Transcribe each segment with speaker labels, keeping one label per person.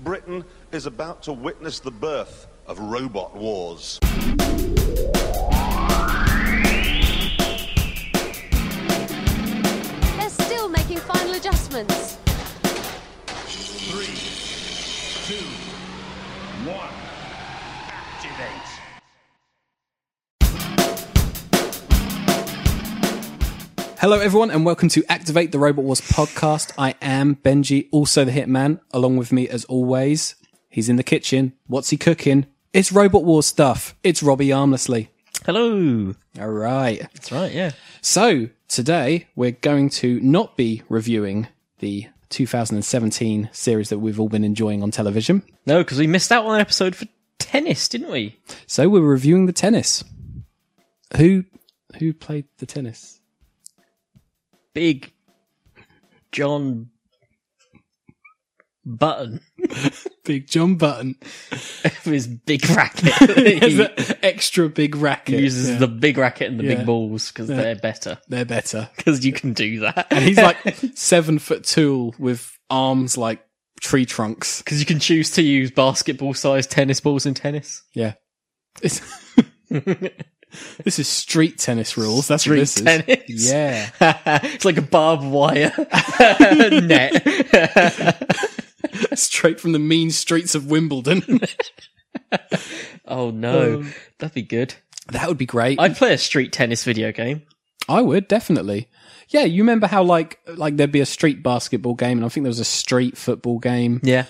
Speaker 1: Britain is about to witness the birth of robot wars.
Speaker 2: They're still making final adjustments.
Speaker 3: Three, two, one. Activate.
Speaker 4: Hello, everyone, and welcome to Activate the Robot Wars podcast. I am Benji, also the Hitman, along with me as always. He's in the kitchen. What's he cooking? It's Robot Wars stuff. It's Robbie Armlessly.
Speaker 5: Hello.
Speaker 4: All right.
Speaker 5: That's right, yeah.
Speaker 4: So today we're going to not be reviewing the 2017 series that we've all been enjoying on television.
Speaker 5: No, because we missed out on an episode for tennis, didn't we?
Speaker 4: So we're reviewing the tennis. Who who played the tennis?
Speaker 5: Big John Button
Speaker 4: Big John Button.
Speaker 5: with his big racket. he
Speaker 4: Extra big racket.
Speaker 5: uses the big racket and the
Speaker 4: Yeah.
Speaker 5: big balls because they're better.
Speaker 4: They're better.
Speaker 5: Because you can do that.
Speaker 4: He's like seven foot tall with arms like tree trunks.
Speaker 5: Because you can choose to use basketball sized tennis balls in tennis.
Speaker 4: Yeah. It's this is street tennis rules. That's what this
Speaker 5: tennis.
Speaker 4: is. Yeah.
Speaker 5: it's like a barbed wire net.
Speaker 4: Straight from the mean streets of Wimbledon.
Speaker 5: Oh no.
Speaker 4: Um,
Speaker 5: That'd be good.
Speaker 4: that would be great.
Speaker 5: I'd play a street tennis video game.
Speaker 4: I would definitely. Yeah, you remember how like like there'd be a street basketball game, and I think there was a street football game.
Speaker 5: Yeah.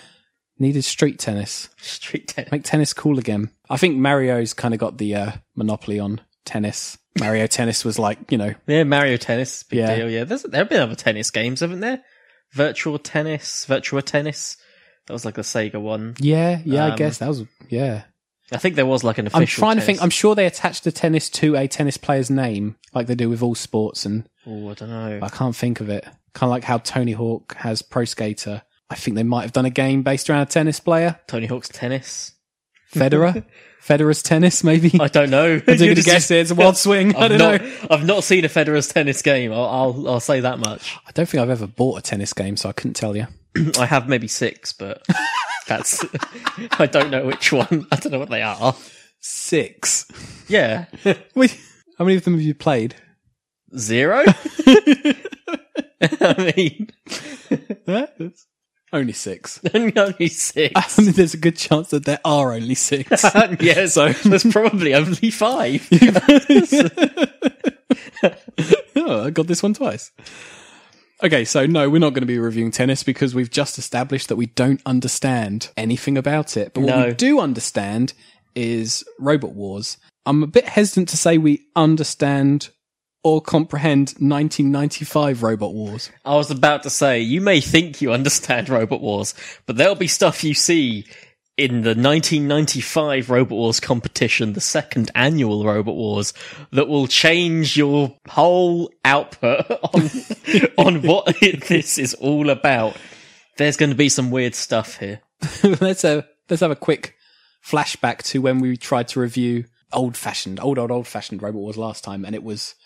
Speaker 4: Needed street tennis.
Speaker 5: Street tennis.
Speaker 4: Make tennis cool again. I think Mario's kind of got the uh, monopoly on tennis. Mario tennis was like you know
Speaker 5: Yeah, Mario Tennis, big
Speaker 4: Yeah.
Speaker 5: deal. Yeah, There's, there have been other tennis games, haven't there? Virtual Tennis, Virtua Tennis. That was like the Sega one.
Speaker 4: yeah yeah I
Speaker 5: Um,
Speaker 4: guess that was yeah.
Speaker 5: I think there was like an official.
Speaker 4: I'm trying to think. I'm
Speaker 5: tennis-
Speaker 4: sure they attached the tennis to a tennis player's name like they do with all sports, and
Speaker 5: Oh, I don't know.
Speaker 4: I can't think of it. Kind of like how Tony Hawk has Pro Skater. I think they might have done a game based around a tennis player,
Speaker 5: Tony Hawk's tennis.
Speaker 4: Federer, Federer's tennis maybe.
Speaker 5: I don't know.
Speaker 4: I didn't guess it. It's a wild swing. I
Speaker 5: I've
Speaker 4: don't
Speaker 5: not,
Speaker 4: know.
Speaker 5: I've not seen a Federer's tennis game. I'll, I'll, I'll say that much.
Speaker 4: I don't think I've ever bought a tennis game, so I couldn't tell you.
Speaker 5: I have maybe six, but that's. I don't know which one. I don't know what they are.
Speaker 4: Six.
Speaker 5: Yeah.
Speaker 4: Wait, how many of them have you played?
Speaker 5: Zero? I mean,
Speaker 4: Only six.
Speaker 5: only six.
Speaker 4: I mean, there's a good chance that there are only six.
Speaker 5: yeah, so there's probably only five.
Speaker 4: oh, I got this one twice. Okay, so no, we're not going to be reviewing tennis because we've just established that we don't understand anything about it. But what
Speaker 5: No.
Speaker 4: we do understand is Robot Wars. I'm a bit hesitant to say we understand or comprehend 1995 Robot Wars.
Speaker 5: I was about to say, you may think you understand Robot Wars, but there'll be stuff you see in the 1995 Robot Wars competition, the second annual Robot Wars, that will change your whole output on, on what this is all about. There's going to be some weird stuff here.
Speaker 4: let's have, let's have a quick flashback to when we tried to review old fashioned, old old old fashioned Robot Wars last time, and it was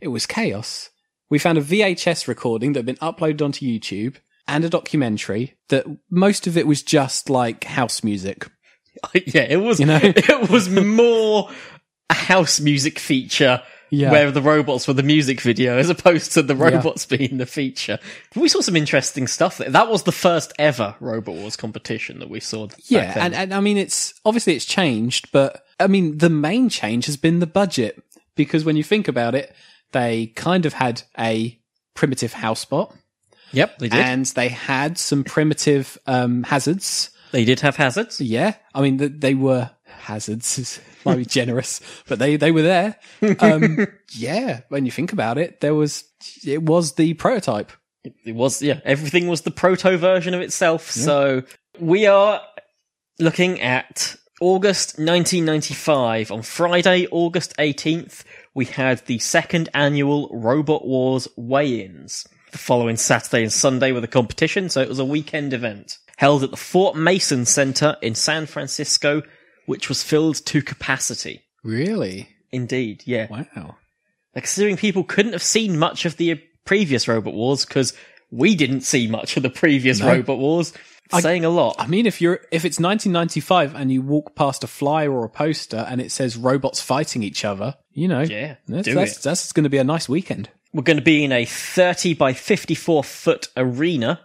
Speaker 4: it was chaos. We found a VHS recording that had been uploaded onto YouTube and a documentary that most of it was just like house music.
Speaker 5: yeah, it was.
Speaker 4: You know?
Speaker 5: it was more a house music feature.
Speaker 4: Yeah.
Speaker 5: Where the robots were the music video, as opposed to the robots being the feature. We saw some interesting stuff. There. That was the first ever Robot Wars competition that we saw. back
Speaker 4: Yeah,
Speaker 5: then.
Speaker 4: and, and I mean it's obviously it's changed, but I mean the main change has been the budget because when you think about it, they kind of had a primitive house bot.
Speaker 5: yep, they did.
Speaker 4: and they had some primitive um, hazards.
Speaker 5: they did have hazards.
Speaker 4: Yeah, I mean th- they were hazards. is- Might be generous, but they they were there. Um, yeah, when you think about it, there was it was the prototype.
Speaker 5: It was yeah, everything was the proto version of itself. So we are looking at August 1995. On Friday, August 18th, we had the second annual Robot Wars weigh-ins. The following Saturday and Sunday were the competition, so it was a weekend event held at the Fort Mason Center in San Francisco, which was filled to capacity.
Speaker 4: Really?
Speaker 5: Indeed, yeah.
Speaker 4: Wow.
Speaker 5: Like, considering people couldn't have seen much of the previous Robot Wars because we didn't see much of the previous Robot Wars.
Speaker 4: I-
Speaker 5: saying a lot.
Speaker 4: I mean, if you're if it's 1995 and you walk past a flyer or a poster and it says robots fighting each other, you know,
Speaker 5: Yeah,
Speaker 4: that's
Speaker 5: do
Speaker 4: that's,
Speaker 5: it.
Speaker 4: that's going to be a nice weekend.
Speaker 5: We're going to be in a 30 by 54 foot arena.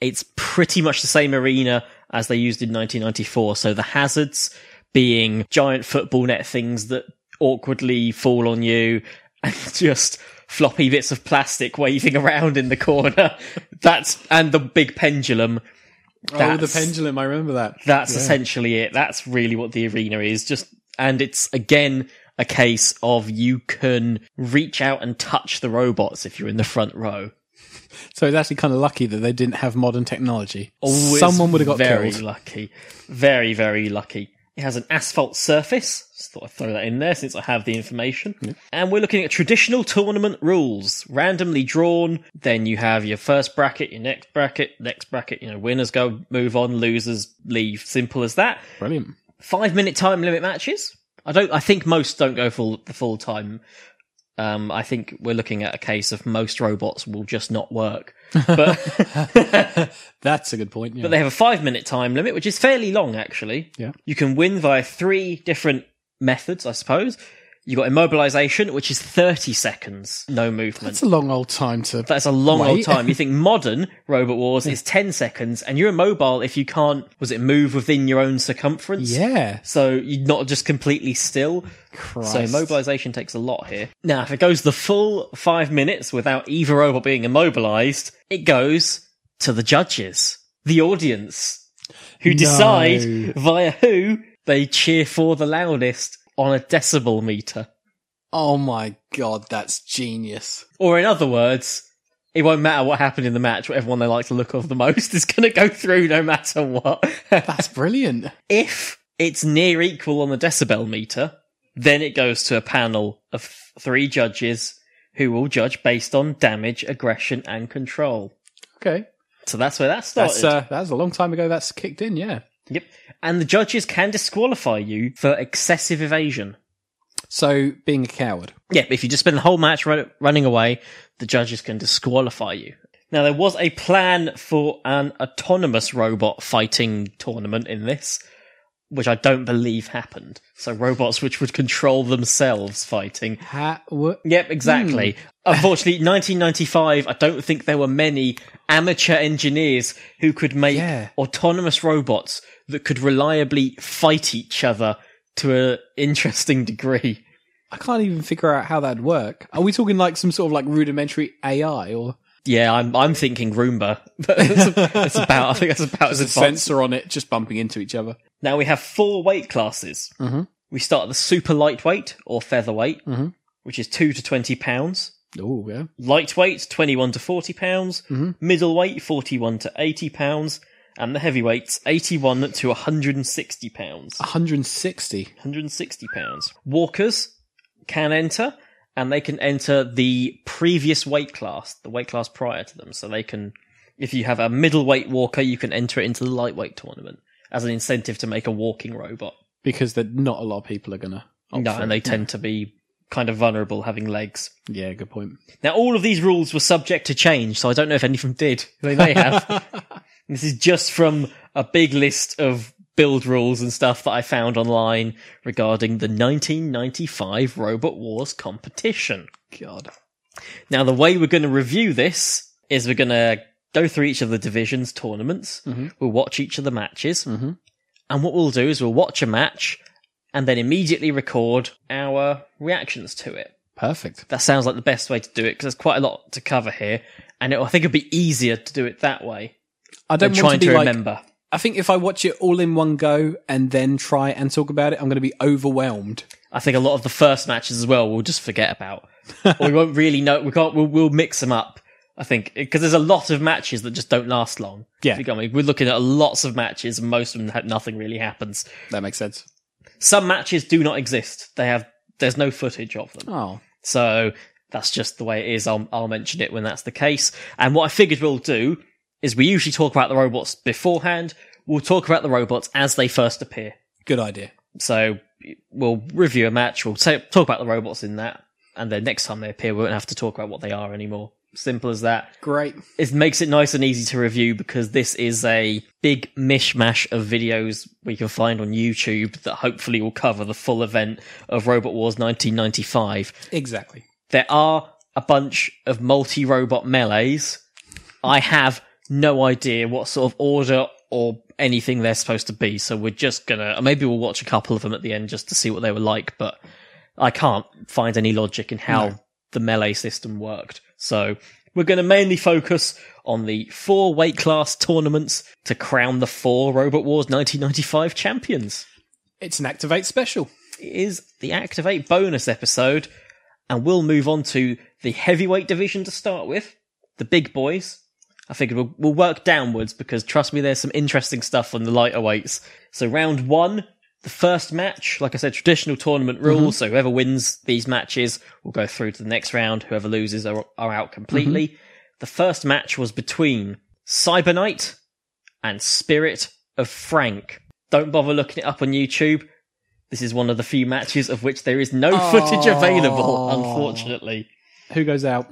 Speaker 5: It's pretty much the same arena as they used in 1994. So the hazards being giant football net things that awkwardly fall on you and just floppy bits of plastic waving around in the corner. That's, and the big pendulum.
Speaker 4: oh,
Speaker 5: That's-
Speaker 4: the pendulum! I remember that.
Speaker 5: That's essentially it. That's really what the arena is. Just, and it's again a case of you can reach out and touch the robots if you're in the front row.
Speaker 4: So it's actually kind of lucky that they didn't have modern technology.
Speaker 5: Always
Speaker 4: Someone would have got
Speaker 5: very
Speaker 4: killed.
Speaker 5: lucky. Very, very lucky. It has an asphalt surface. Just thought I'd throw that in there since I have the information. And we're looking at traditional tournament rules, randomly drawn. Then you have your first bracket, your next bracket, next bracket. You know, winners go, move on, losers leave. Simple as that.
Speaker 4: Brilliant.
Speaker 5: five minute time limit matches. I don't. I think most don't go full the full time. Um, I think we're looking at a case of most robots will just not work. But
Speaker 4: That's a good point. Yeah.
Speaker 5: but they have a five minute time limit, which is fairly long actually.
Speaker 4: Yeah.
Speaker 5: You can win via three different methods, I suppose. You got immobilization, which is thirty seconds, no movement.
Speaker 4: That's a long old time to.
Speaker 5: That's a long old
Speaker 4: Wait.
Speaker 5: time. You think modern Robot Wars is 10 seconds and you're immobile if you can't, was it move within your own circumference?
Speaker 4: yeah.
Speaker 5: So you're not just completely still. So
Speaker 4: Christ.
Speaker 5: mobilization takes a lot here. Now, if it goes the full five minutes without either robot being immobilized, it goes to the judges, the audience, who decide via who they cheer for the loudest on a decibel meter.
Speaker 4: Oh my god, that's genius.
Speaker 5: Or in other words, it won't matter what happened in the match, whatever one they like to look of the most is going to go through no matter what.
Speaker 4: That's brilliant.
Speaker 5: if it's near equal on the decibel meter, then it goes to a panel of th- three judges who will judge based on damage, aggression, and control.
Speaker 4: Okay.
Speaker 5: So that's where that started.
Speaker 4: That's uh, that was a long time ago. That's kicked in. Yeah.
Speaker 5: yep. And the judges can disqualify you for excessive evasion.
Speaker 4: So being a coward.
Speaker 5: Yeah, if you just spend the whole match run- running away, the judges can disqualify you. Now, there was a plan for an autonomous robot fighting tournament in this, which I don't believe happened. So, robots which would control themselves fighting.
Speaker 4: Ha- wha-
Speaker 5: Yep, exactly. Unfortunately, 1995, I don't think there were many amateur engineers who could make
Speaker 4: Yeah.
Speaker 5: autonomous robots that could reliably fight each other to an interesting degree.
Speaker 4: I can't even figure out how that'd work. Are we talking like some sort of like rudimentary AI or
Speaker 5: Yeah, I'm I'm thinking Roomba. But that's, that's about I think that's about as advanced.
Speaker 4: sensor on it just bumping into each other?
Speaker 5: Now we have four weight classes. Mm-hmm. We start at the super lightweight or featherweight, which is two to twenty pounds.
Speaker 4: Oh yeah.
Speaker 5: Lightweight, twenty-one to forty pounds. Middleweight, forty-one to eighty pounds, and the heavyweights, eighty-one to one hundred and sixty pounds.
Speaker 4: 160.
Speaker 5: 160 pounds. Walkers can enter and they can enter the previous weight class, the weight class prior to them. So they can, if you have a middleweight walker, you can enter it into the lightweight tournament as an incentive to make a walking robot.
Speaker 4: Because that not a lot of people are gonna. opt
Speaker 5: No,
Speaker 4: for
Speaker 5: and
Speaker 4: it.
Speaker 5: they tend to be kind of vulnerable having legs.
Speaker 4: Yeah, good point.
Speaker 5: Now, all of these rules were subject to change, so I don't know if any of them did. They may have. this is just from a big list of build rules and stuff that I found online regarding the 1995 Robot Wars competition.
Speaker 4: God.
Speaker 5: Now, the way we're going to review this is we're going to go through each of the divisions tournaments. We'll watch each of the matches. And what we'll do is we'll watch a match and then immediately record our reactions to it
Speaker 4: Perfect.
Speaker 5: that sounds like the best way to do it because there's quite a lot to cover here, and it, I think it'd be easier to do it that way
Speaker 4: I
Speaker 5: than
Speaker 4: don't
Speaker 5: trying
Speaker 4: want to
Speaker 5: to,
Speaker 4: be like.
Speaker 5: remember.
Speaker 4: I think if I watch it all in one go and then try and talk about it, I'm going to be overwhelmed.
Speaker 5: I think a lot of the first matches as well we'll just forget about. or we won't really know. We can't. We'll, we'll mix them up. I think because there's a lot of matches that just don't last long.
Speaker 4: Yeah.
Speaker 5: If you get me. we're looking at lots of matches, and most of them have nothing really happens.
Speaker 4: That makes sense.
Speaker 5: Some matches do not exist. They have. There's no footage of them.
Speaker 4: Oh,
Speaker 5: So that's just the way it is. I'll, I'll mention it when that's the case. And what I figured we'll do is we usually talk about the robots beforehand. We'll talk about the robots as they first appear.
Speaker 4: good idea.
Speaker 5: So we'll review a match. We'll ta- talk about the robots in that. And then next time they appear, we won't have to talk about what they are anymore. Simple as that.
Speaker 4: Great.
Speaker 5: It makes it nice and easy to review because this is a big mishmash of videos we can find on YouTube that hopefully will cover the full event of Robot Wars 1995.
Speaker 4: Exactly.
Speaker 5: There are a bunch of multi robot melees. I have no idea what sort of order or anything they're supposed to be, so we're just gonna, or maybe we'll watch a couple of them at the end just to see what they were like, but I can't find any logic in how the melee system worked. So we're gonna mainly focus on the four weight class tournaments to crown the four Robot Wars 1995 champions
Speaker 4: It's an activate special.
Speaker 5: is the Activate bonus episode, and we'll move on to the heavyweight division to start with, the big boys. I figured we'll, we'll work downwards because trust me, there's some interesting stuff on the lighter weights. So round one, the first match, like I said, traditional tournament rules. So whoever wins these matches will go through to the next round. Whoever loses are, are out completely. The first match was between Cyber Knight and Spirit of Frank. Don't bother looking it up on YouTube. This is one of the few matches of which there is no footage available, unfortunately.
Speaker 4: Who goes out?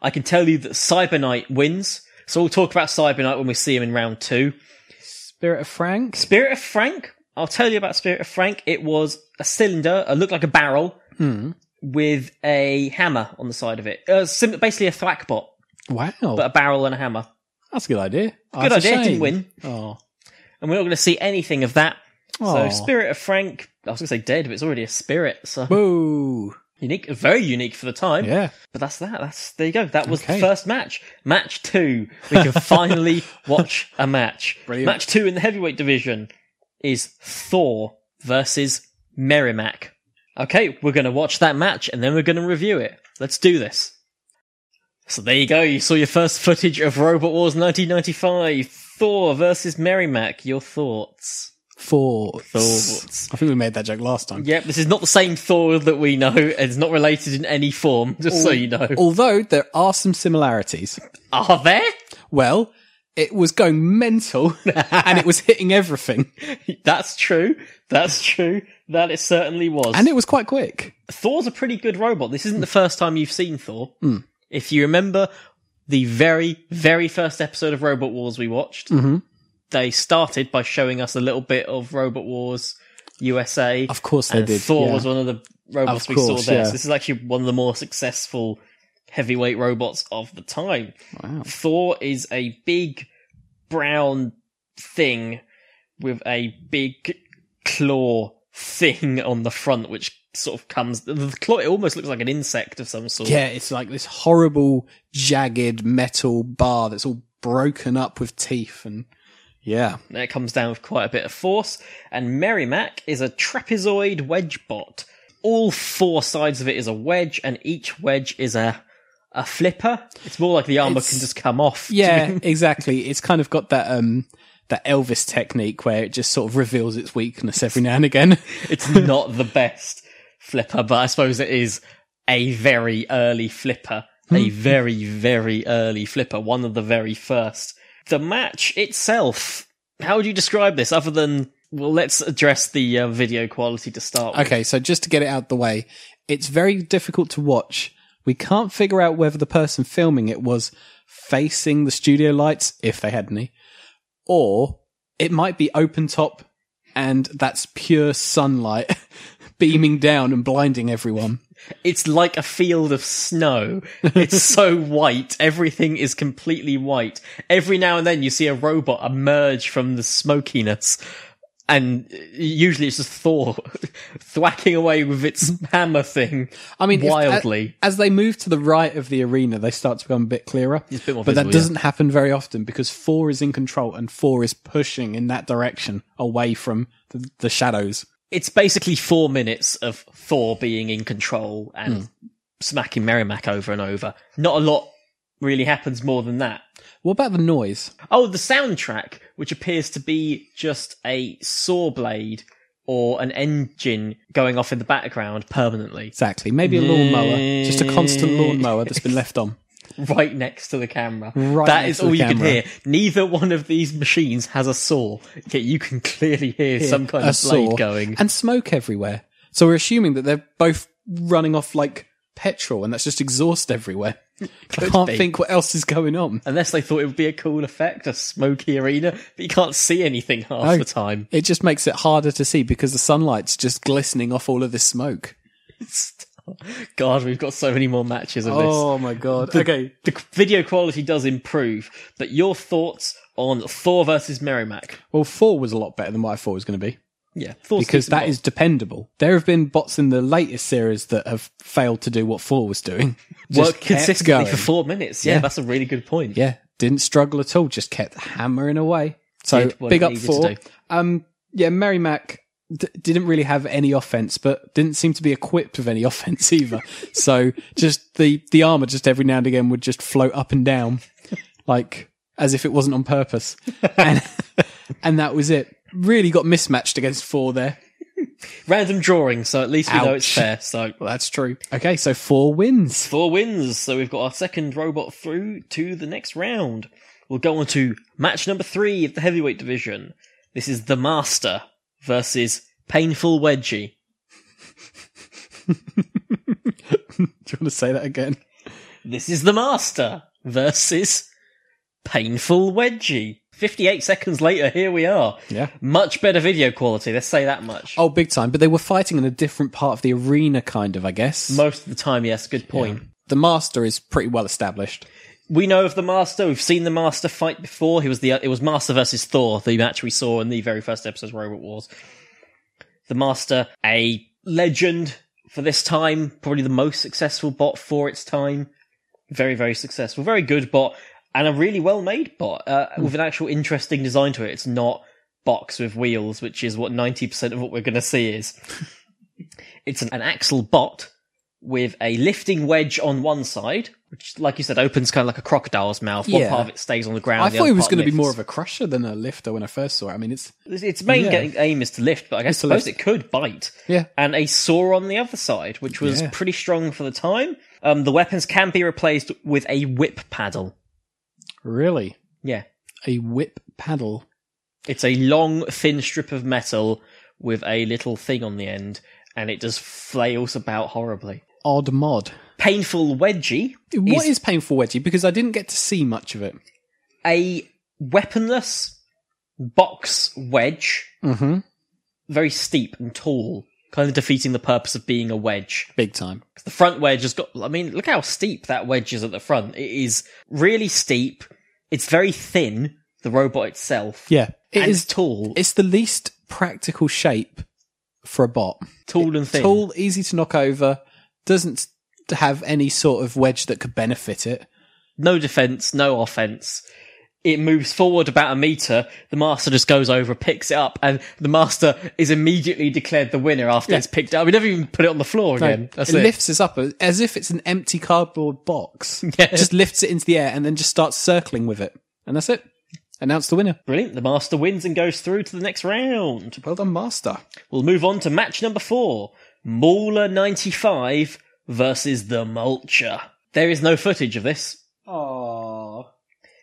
Speaker 5: I can tell you that Cyber Knight wins. So we'll talk about Cyber Knight when we see him in round two.
Speaker 4: Spirit of Frank.
Speaker 5: Spirit of Frank. I'll tell you about Spirit of Frank. It was a cylinder. It looked like a barrel
Speaker 4: Hmm.
Speaker 5: with a hammer on the side of it. Uh, sim- basically a thwackbot,
Speaker 4: Wow.
Speaker 5: but a barrel and a hammer.
Speaker 4: That's a good idea.
Speaker 5: Good
Speaker 4: That's a
Speaker 5: idea. it Didn't
Speaker 4: shame.
Speaker 5: win.
Speaker 4: Oh.
Speaker 5: And we're not going to see anything of that. So
Speaker 4: Aw.
Speaker 5: Spirit of Frank. I was going to say dead, but it's already a spirit. So
Speaker 4: Boo.
Speaker 5: unique, very unique for the time.
Speaker 4: Yeah.
Speaker 5: But that's that. That's there you go. That was
Speaker 4: Okay.
Speaker 5: the first match. Match two. We can finally watch a match.
Speaker 4: Brilliant.
Speaker 5: Match two in the heavyweight division is Thor versus Merrimack. Okay, we're gonna watch that match and then we're gonna review it. Let's do this. So there you go, you saw your first footage of Robot Wars 1995. Thor versus Merrimack. Your thoughts.
Speaker 4: Thoughts.
Speaker 5: Thoughts.
Speaker 4: I think we made that joke last time.
Speaker 5: Yep, this is not the same Thor that we know. It's not related in any form, just so you know.
Speaker 4: Although there are some similarities.
Speaker 5: Are there?
Speaker 4: Well, it was going mental and it was hitting everything.
Speaker 5: That's true. That's true. That it certainly was.
Speaker 4: And it was quite quick.
Speaker 5: Thor's a pretty good robot. This isn't the first time you've seen Thor.
Speaker 4: Hmm.
Speaker 5: If you remember the very, very first episode of Robot Wars we watched,
Speaker 4: Mm-hmm.
Speaker 5: they started by showing us a little bit of Robot Wars USA.
Speaker 4: Of course they
Speaker 5: and
Speaker 4: did,
Speaker 5: Thor
Speaker 4: yeah.
Speaker 5: was one of the robots
Speaker 4: Of
Speaker 5: we
Speaker 4: course,
Speaker 5: saw there.
Speaker 4: yeah.
Speaker 5: So this is actually one of the more successful heavyweight robots of the time. Thor is a big brown thing with a big claw thing on the front, which sort of comes. The claw it almost looks like an insect of some sort.
Speaker 4: Yeah, it's like this horrible, jagged metal bar that's all broken up with teeth and yeah.
Speaker 5: And it comes down with quite a bit of force. And Merrimack is a trapezoid wedge bot. All four sides of it is a wedge, and each wedge is a a flipper. It's more like the armor
Speaker 4: It's-
Speaker 5: can just come off.
Speaker 4: Yeah, exactly. It's kind of got that um that Elvis technique where it just sort of reveals its weakness every now and again.
Speaker 5: it's not the best flipper, but I suppose it is a very early flipper. A very, very early flipper. One of the very first. The match itself, how would you describe this other than, well, let's address the uh, video quality to start with.
Speaker 4: Okay, so just to get it out the way, it's very difficult to watch. We can't figure out whether the person filming it was facing the studio lights, if they had any, or it might be open top and that's pure sunlight beaming down and blinding everyone.
Speaker 5: It's like a field of snow. It's so white. Everything is completely white. Every now and then you see a robot emerge from the smokiness. And uh, usually it's just Thor thwacking away with its hammer thing.
Speaker 4: I mean, if-
Speaker 5: wildly.
Speaker 4: as, as they move to the right of the arena, they start to become a bit clearer.
Speaker 5: a bit more
Speaker 4: but that
Speaker 5: visible, yeah.
Speaker 4: doesn't happen very often because four is in control and four is pushing in that direction away from the, the shadows.
Speaker 5: It's basically four minutes of Thor being in control and smacking Merrimack over and over. Not a lot really happens more than that.
Speaker 4: What about the noise?
Speaker 5: Oh, the soundtrack, which appears to be just a saw blade or an engine going off in the background permanently,
Speaker 4: Exactly. Maybe a lawnmower. Just a constant lawnmower that's been left on.
Speaker 5: right next to the camera.
Speaker 4: Right
Speaker 5: that
Speaker 4: next
Speaker 5: is
Speaker 4: to the
Speaker 5: all you can
Speaker 4: camera.
Speaker 5: hear. Neither one of these machines has a saw, yet you can clearly hear some kind
Speaker 4: A
Speaker 5: of blade
Speaker 4: saw
Speaker 5: going.
Speaker 4: And smoke everywhere. So we're assuming that they're both running off like petrol and that's just exhaust everywhere. I
Speaker 5: Could
Speaker 4: can't
Speaker 5: be.
Speaker 4: think what else is going on.
Speaker 5: Unless they thought it would be a cool effect, a smoky arena, but you can't see anything half
Speaker 4: No.
Speaker 5: the time.
Speaker 4: It just makes it harder to see because the sunlight's just glistening off all of this smoke.
Speaker 5: God, we've got so many more matches of this.
Speaker 4: Oh my god. okay.
Speaker 5: The c- video quality does improve, but your thoughts on Thor versus Merrimack?
Speaker 4: Well, four was a lot better than what I thought it was going to be
Speaker 5: Yeah, Thor's
Speaker 4: because
Speaker 5: decent
Speaker 4: that
Speaker 5: boss.
Speaker 4: is dependable. There have been bots in the latest series that have failed to do what four was doing. Just
Speaker 5: work
Speaker 4: kept
Speaker 5: consistently
Speaker 4: going.
Speaker 5: for four minutes. Yeah,
Speaker 4: Yeah.
Speaker 5: that's a really good point.
Speaker 4: Yeah, didn't struggle at all. Just kept hammering away. So
Speaker 5: Did what
Speaker 4: big
Speaker 5: it
Speaker 4: up
Speaker 5: needed
Speaker 4: four.
Speaker 5: to do.
Speaker 4: Um, yeah, Merry Mac d- didn't really have any offense, but didn't seem to be equipped with any offense either. so just the the armor, just every now and again, would just float up and down, like as if it wasn't on purpose, and and that was it. Really got mismatched against four there.
Speaker 5: Random drawing, so at least we know it's
Speaker 4: Ouch.
Speaker 5: fair. So
Speaker 4: Well, that's true. Okay, so four wins.
Speaker 5: Thor wins, so we've got our second robot through to the next round. We'll go on to match number three of the heavyweight division. This is the Master versus Painful Wedgie.
Speaker 4: Do you want to say that again?
Speaker 5: This is the Master versus Painful Wedgie. 58 seconds later, here we are.
Speaker 4: Yeah.
Speaker 5: Much better video quality, let's say that much.
Speaker 4: Oh, big time. But they were fighting in a different part of the arena, kind of, I guess.
Speaker 5: Most of the time, yes, good point.
Speaker 4: the master is pretty well established.
Speaker 5: we know of the Master. We've seen the Master fight before. He was the it was Master versus Thor, the match we saw in the very first episode of Robot Wars. The Master, a legend for this time, probably the most successful bot for its time. Very, very successful, very good bot, and a really well made bot uh,
Speaker 4: Hmm.
Speaker 5: with an actual interesting design to it. It's not box with wheels, which is what ninety percent of what we're going to see is. it's an, an axle bot with a lifting wedge on one side, which, like you said, opens kind of like a crocodile's mouth. One
Speaker 4: Yeah.
Speaker 5: part of it stays on the ground.
Speaker 4: I
Speaker 5: the
Speaker 4: thought
Speaker 5: other
Speaker 4: it was
Speaker 5: part
Speaker 4: going to be
Speaker 5: lifts.
Speaker 4: more of a crusher than a lifter when I first saw it. I mean, it's
Speaker 5: Its- Its main
Speaker 4: Yeah.
Speaker 5: ga- aim is to lift, but I guess
Speaker 4: to
Speaker 5: suppose
Speaker 4: lift.
Speaker 5: it could bite.
Speaker 4: Yeah.
Speaker 5: And a saw on the other side, which was
Speaker 4: Yeah.
Speaker 5: pretty strong for the time. Um, the weapons can be replaced with a whip paddle.
Speaker 4: really
Speaker 5: Yeah.
Speaker 4: a whip paddle.
Speaker 5: It's a long, thin strip of metal with a little thing on the end, and it just flails about horribly.
Speaker 4: Odd mod.
Speaker 5: Painful wedgie.
Speaker 4: What
Speaker 5: is
Speaker 4: is painful wedgie? Because I didn't get to see much of it.
Speaker 5: a weaponless box wedge,
Speaker 4: Mm-hmm.
Speaker 5: very steep and tall, kind of defeating the purpose of being a wedge.
Speaker 4: Big time.
Speaker 5: 'Cause The front wedge has got, I mean, look how steep that wedge is at the front. It is really steep. It's very thin, the robot itself.
Speaker 4: Yeah, it is.
Speaker 5: and tall. It's
Speaker 4: It's the least practical shape for a bot.
Speaker 5: tall and thin.
Speaker 4: Tall, easy to knock over. Doesn't have any sort of wedge that could benefit it.
Speaker 5: No defense, no offense. It moves forward about a meter. The master just goes over, picks it up, and the master is immediately declared the winner after
Speaker 4: Yeah.
Speaker 5: it's picked up. We never even put it on the floor
Speaker 4: No,
Speaker 5: again. That's
Speaker 4: it
Speaker 5: it.
Speaker 4: lifts us up as if it's an empty cardboard box.
Speaker 5: Yeah.
Speaker 4: Just lifts it into the air and then just starts circling with it. And that's it. Announce the winner.
Speaker 5: Brilliant. The Master wins and goes through to the next round.
Speaker 4: Well done, Master.
Speaker 5: We'll move on to match number four Mauler 95 versus the Mulcher. There is no footage of this.
Speaker 4: Oh,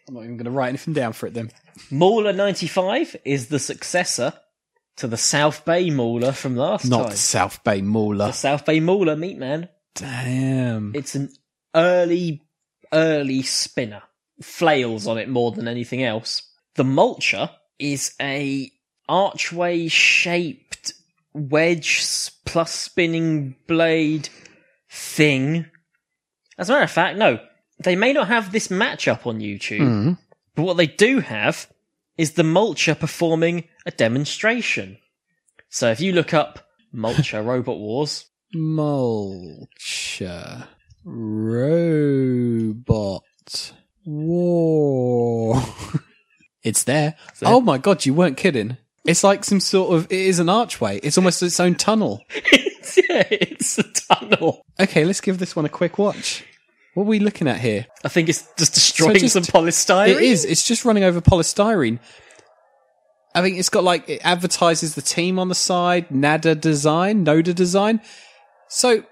Speaker 4: I'm not even going to write anything down for it then.
Speaker 5: Mauler 95 is the successor to the South Bay Mauler from last
Speaker 4: Not
Speaker 5: time.
Speaker 4: South Bay
Speaker 5: The
Speaker 4: Mauler.
Speaker 5: South Bay Mauler, meat man.
Speaker 4: Damn.
Speaker 5: It's an early, early spinner. Flails on it more than anything else. The mulcher is a archway shaped wedge s- plus spinning blade thing. As a matter of fact, no, they may not have this matchup on YouTube, but what they do have is the mulcher performing a demonstration. So if you look up mulcher robot wars,
Speaker 4: Mulcher. Robot. War. it's there. Oh my god, you weren't kidding. It's like some sort of, it is an archway. It's almost its own tunnel.
Speaker 5: it's, yeah, it's a tunnel.
Speaker 4: Okay, let's give this one a quick watch. What are we looking at here?
Speaker 5: I think it's just destroying
Speaker 4: just-
Speaker 5: some polystyrene.
Speaker 4: It is. It's just running over polystyrene. I think it's got like it advertises the team on the side. Nada design, Noda design. So,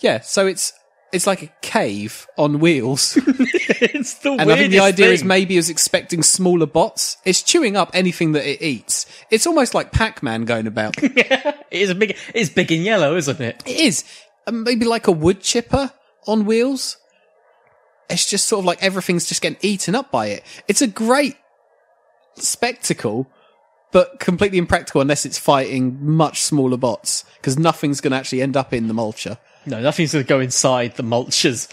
Speaker 4: yeah. So it's it's like a cave on wheels.
Speaker 5: it's the
Speaker 4: And I
Speaker 5: weirdest
Speaker 4: think the idea is
Speaker 5: thing.
Speaker 4: maybe it was expecting smaller bots. It's chewing up anything that it eats. It's almost like Pac-Man going about. it
Speaker 5: it is a big. It's big and yellow, isn't it?
Speaker 4: Uh, is. And Maybe like a wood chipper on wheels. it's just sort of like everything's just getting eaten up by it. It's a great spectacle, but completely impractical unless it's fighting much smaller bots because nothing's going to actually end up in the mulcher.
Speaker 5: No, nothing's going to go inside the mulcher's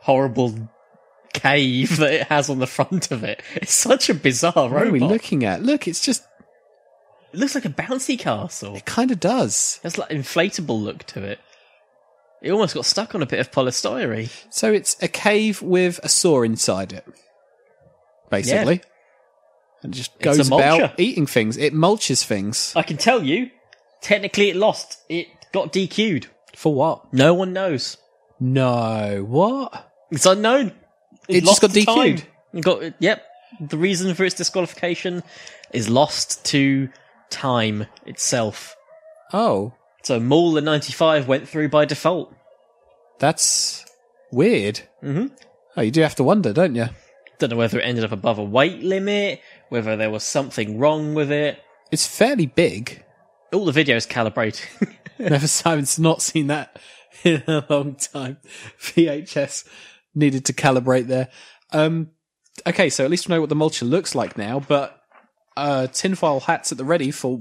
Speaker 5: horrible cave that it has on the front of it. It's such a bizarre
Speaker 4: What are we
Speaker 5: robot.
Speaker 4: looking at? Look, it's just
Speaker 5: it looks like a bouncy castle.
Speaker 4: it kind of does.
Speaker 5: There's like inflatable look to it. It almost got stuck on a bit of polystyrene.
Speaker 4: So it's a cave with a saw inside it, basically. And just
Speaker 5: It's a
Speaker 4: goes about
Speaker 5: mulcher. Uh,
Speaker 4: eating things. It mulches things.
Speaker 5: I can tell you, technically it lost. It got DQ'd.
Speaker 4: For what?
Speaker 5: No one knows.
Speaker 4: No. What?
Speaker 5: It's unknown.
Speaker 4: It just
Speaker 5: lost
Speaker 4: got
Speaker 5: the time.
Speaker 4: DQ'd.
Speaker 5: It got yep. The reason for its disqualification is lost to time itself.
Speaker 4: Oh,
Speaker 5: So Maul and 95 went through by default.
Speaker 4: that's weird. Mm-hmm. Oh, you do have to wonder, don't you?
Speaker 5: Don't know whether it ended up above a weight limit, whether there was something wrong with it.
Speaker 4: It's fairly big.
Speaker 5: All the videos calibrated.
Speaker 4: Never Simon's not seen that in a long time. VHS needed to calibrate there. Um, okay, so at least we know what the mulcher looks like now, but uh, tinfoil hats at the ready for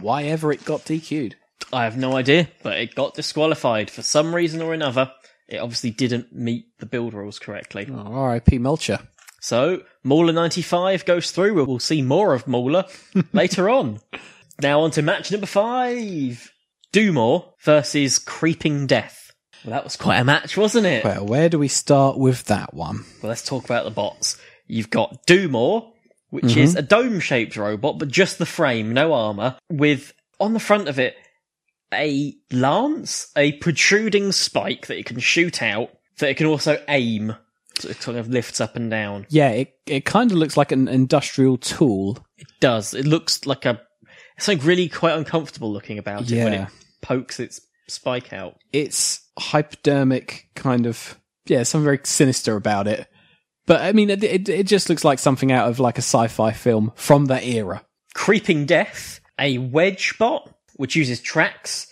Speaker 4: why ever it got DQ'd.
Speaker 5: I have no idea, but it got disqualified for some reason or another. It obviously didn't meet the build rules correctly.
Speaker 4: Oh, RIP Mulcher.
Speaker 5: So Mauler 95 goes through. We'll see more of Mauler later on. Now on to match number five. Do more versus Creeping Death. Well, that was quite a match, wasn't it? Well,
Speaker 4: Well, where do we start with that one?
Speaker 5: let's talk about the bots. You've got Do More, which is a dome shaped robot, but just the frame, no armor, with on the front of it a lance, a protruding spike that it can shoot out, that it can also aim. So it sort of lifts up and down.
Speaker 4: Yeah, it, it kind of looks like an industrial tool.
Speaker 5: does. It looks like a something really quite uncomfortable looking about it when
Speaker 4: Yeah.
Speaker 5: it pokes its spike out.
Speaker 4: It's hypodermic, kind of. Yeah, something very sinister about it. But I mean, it, it, it just looks like something out of like a sci fi film from that era.
Speaker 5: Creeping Death, a wedge bot which uses tracks.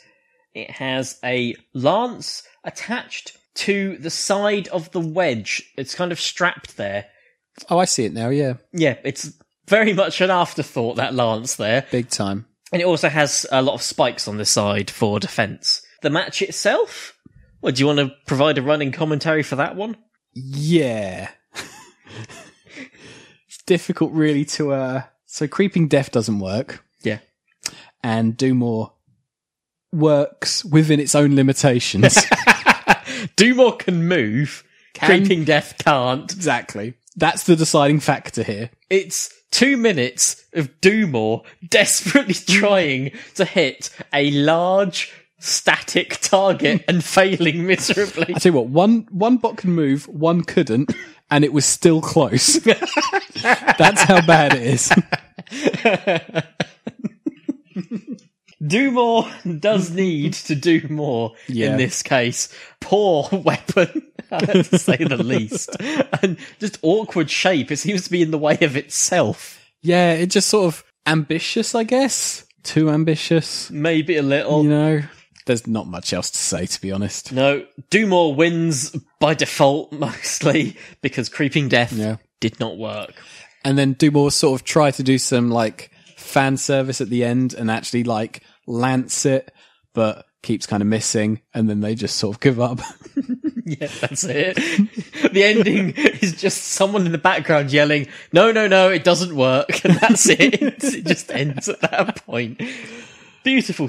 Speaker 5: It has a lance attached to the side of the wedge. It's kind of strapped there.
Speaker 4: Oh, I see it now. Yeah,
Speaker 5: Yeah, it's very much an afterthought that lance there.
Speaker 4: big time.
Speaker 5: And it also has a lot of spikes on the side for defense. The match itself? Well, do you want to provide a running commentary for that one?
Speaker 4: Yeah. it's difficult, really, to. uh So, Creeping Death doesn't work,
Speaker 5: Yeah.
Speaker 4: and Do More works within its own limitations.
Speaker 5: Do more can move. Creeping Death can't.
Speaker 4: exactly. That's the deciding factor here.
Speaker 5: It's two minutes of Do More desperately trying to hit a large static target and failing miserably.
Speaker 4: I tell you what, one one bot can move, one couldn't, and it was still close. That's how bad it is.
Speaker 5: Do More does need to do more
Speaker 4: Yeah.
Speaker 5: in this case. Poor weapon, to say the least. And just awkward shape. It seems to be in the way of itself.
Speaker 4: Yeah, it just sort of ambitious, I guess. Too ambitious,
Speaker 5: Maybe a little.
Speaker 4: you know. There's not much else to say, to be honest.
Speaker 5: No, do more wins by default, mostly because Creeping Death
Speaker 4: Yeah.
Speaker 5: did not work.
Speaker 4: and then do more sort of try to do some like fan service at the end and actually like lance it, but keeps kind of missing, and then they just sort of give up.
Speaker 5: Yeah, that's it. the ending is just someone in the background yelling, "No, no, no! It doesn't work," and that's it. it just ends at that point. Beautiful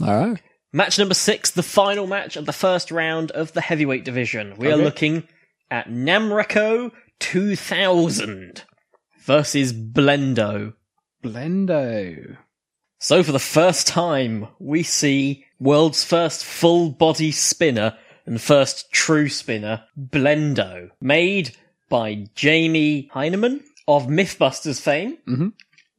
Speaker 4: All right.
Speaker 5: Match number six, the final match of the first round of the heavyweight division. We are looking at Namreco 2000 versus Blendo.
Speaker 4: Blendo.
Speaker 5: So, for the first time, we see world's first full body spinner and first true spinner, Blendo, made by Jamie Heineman of Mythbusters fame,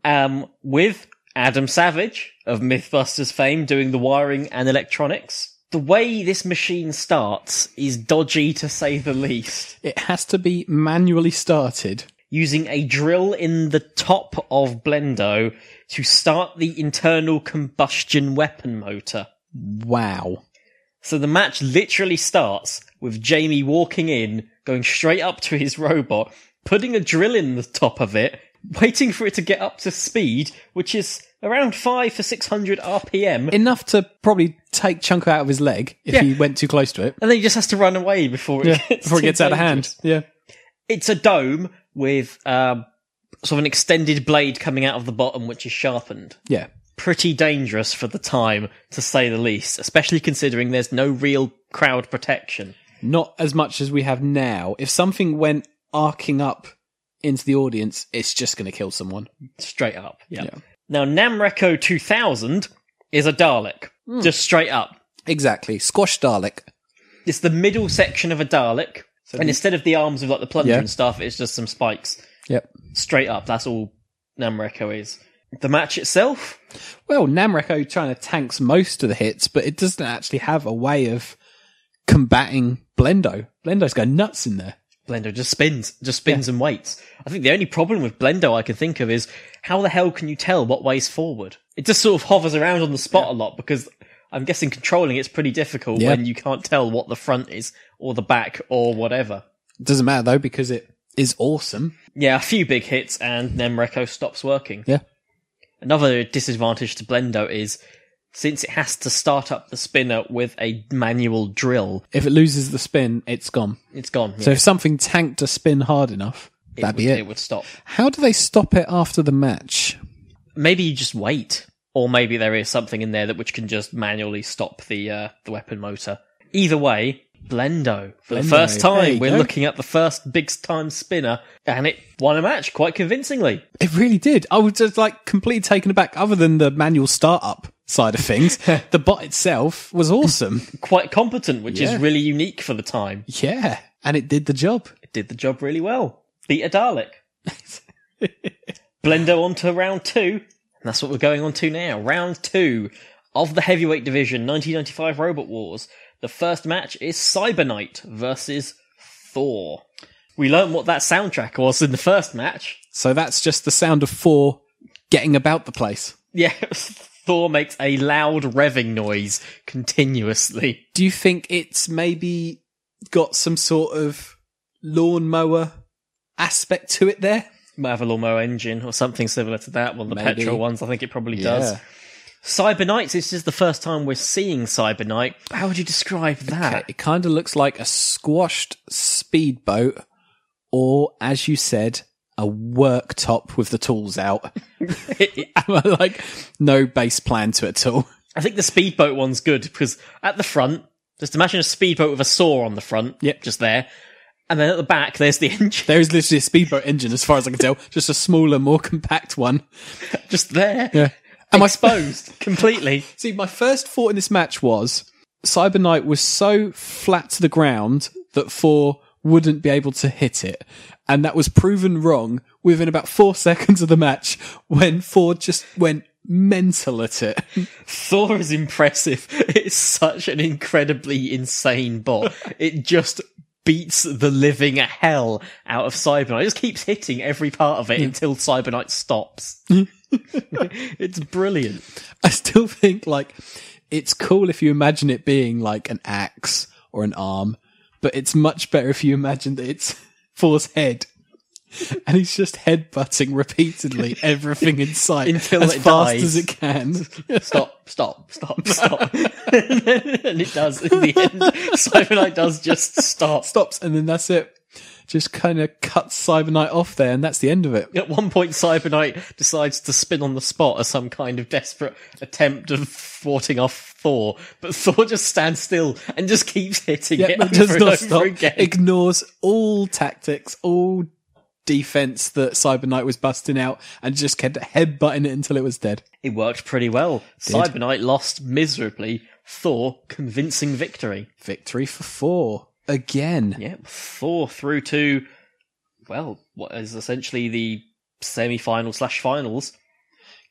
Speaker 5: um, with Adam Savage of Mythbusters fame doing the wiring and electronics. The way this machine starts is dodgy to say the least
Speaker 4: It has to be manually started.
Speaker 5: using a drill in the top of Blendo to start the internal combustion weapon motor.
Speaker 4: Wow.
Speaker 5: So the match literally starts with Jamie walking in, going straight up to his robot, putting a drill in the top of it, waiting for it to get up to speed, which is around five to six hundred RPM,
Speaker 4: Enough to probably take Chunker out of his leg if
Speaker 5: Yeah.
Speaker 4: he went too close to it.
Speaker 5: and then he just has to run away before it gets
Speaker 4: before it
Speaker 5: too
Speaker 4: gets out of hand.
Speaker 5: dangerous.
Speaker 4: Yeah.
Speaker 5: It's a dome with um, sort of an extended blade coming out of the bottom, which is sharpened.
Speaker 4: Yeah.
Speaker 5: pretty dangerous for the time, to say the least, especially considering there's no real crowd protection.
Speaker 4: Not as much as we have now. If something went arcing up into the audience, it's just going to kill someone.
Speaker 5: Straight up. Yeah.
Speaker 4: Yeah.
Speaker 5: Now, Namreko 2000 is a Dalek. Just straight up.
Speaker 4: Exactly. Squash Dalek.
Speaker 5: It's the middle section of a Dalek. and instead of the arms with like the plunger
Speaker 4: Yeah.
Speaker 5: and stuff, it's just some spikes.
Speaker 4: Yep.
Speaker 5: Straight up. That's all Namreko is. The match itself?
Speaker 4: Well, Namreko trying to tanks most of the hits, but it doesn't actually have a way of combating Blendo. Blendo's going nuts in there.
Speaker 5: Blendo just spins, just spins and waits. I think the only problem with Blendo I can think of is how the hell can you tell what way's forward? It just sort of hovers around on the spot a lot because I'm guessing controlling it's pretty difficult
Speaker 4: Yeah.
Speaker 5: when you can't tell what the front is or the back or whatever.
Speaker 4: It doesn't matter though because it is awesome.
Speaker 5: Yeah, a few big hits and Nemreko stops working.
Speaker 4: Yeah.
Speaker 5: Another disadvantage to Blendo is since it has to start up the spinner with a manual drill,
Speaker 4: If it loses the spin, it's gone.
Speaker 5: it's gone.
Speaker 4: So if something tanked a spin hard enough, that'd be
Speaker 5: would-
Speaker 4: it.
Speaker 5: It would stop.
Speaker 4: How do they stop it after the match?
Speaker 5: maybe you just wait or maybe there is something in there that which can just manually stop the uh, the weapon motor either way blendo for the
Speaker 4: Blendo,
Speaker 5: first
Speaker 4: there you
Speaker 5: time we're
Speaker 4: go.
Speaker 5: looking at the first big time spinner and it won a match quite convincingly
Speaker 4: It really did. I was just like completely taken aback. Other than the manual startup side of things, the bot itself was awesome.
Speaker 5: quite competent which
Speaker 4: Yeah.
Speaker 5: is really unique for the time
Speaker 4: yeah, and it did the job.
Speaker 5: it did the job really well beat a dalek blendo on to round two and that's what we're going on to now round two of the heavyweight division 1995 robot wars the first match is cyber knight versus thor we learned what that soundtrack was in the first match
Speaker 4: So that's just the sound of four getting about the place.
Speaker 5: yeah thor makes a loud revving noise continuously
Speaker 4: Do you think it's maybe got some sort of lawnmower aspect to it there?
Speaker 5: might have a lawnmower engine or something similar to that well the
Speaker 4: Maybe.
Speaker 5: petrol ones i think it probably does Cyber Knights, this is the first time we're seeing Cyber Knight. How would you describe that?
Speaker 4: It kind of looks like a squashed speedboat, or as you said, a worktop with the tools out. like no base plan to it at all.
Speaker 5: I think the speedboat one's good because at the front, just imagine a speedboat with a saw on the front.
Speaker 4: Yep.
Speaker 5: Just there. And then at the back, there's the engine
Speaker 4: There is literally a speedboat engine, as far as I can tell, just a smaller, more compact one.
Speaker 5: just there.
Speaker 4: Am I
Speaker 5: Exposed completely.
Speaker 4: See, my first thought in this match was Cyber Knight was so flat to the ground that Four wouldn't be able to hit it. And that was proven wrong within about four seconds of the match when Four just went mental at it.
Speaker 5: Thor is impressive. It's such an incredibly insane bot. It just beats the living hell out of Cyberknight. It just keeps hitting every part of it until Cyberknight stops. it's brilliant.
Speaker 4: I still think like it's cool if you imagine it being like an axe or an arm, but it's much better if you imagine that it's Four's head. And he's just headbutting repeatedly everything in sight
Speaker 5: Until
Speaker 4: as
Speaker 5: it
Speaker 4: fast
Speaker 5: dies.
Speaker 4: as it can.
Speaker 5: stop, stop, stop, stop. and it does in the end. Cyberknight does just stop.
Speaker 4: stops and then that's it. Just kind of cuts Cyber Knight off there and that's the end of it.
Speaker 5: At one point, Cyberknight decides to spin on the spot as some kind of desperate attempt of thwarting off Thor, but Thor just stands still and just keeps hitting
Speaker 4: Yep,
Speaker 5: it
Speaker 4: it
Speaker 5: over
Speaker 4: does
Speaker 5: and
Speaker 4: not
Speaker 5: over
Speaker 4: stop.
Speaker 5: again.
Speaker 4: Ignores all tactics, all defense that Cyber Knight was busting out and just kept headbutting it until it was dead.
Speaker 5: It worked pretty well. Cyberknight lost miserably. Thor convincing victory.
Speaker 4: Victory for four. Again.
Speaker 5: Yep, Thor through to well, what is essentially the semi-final slash finals.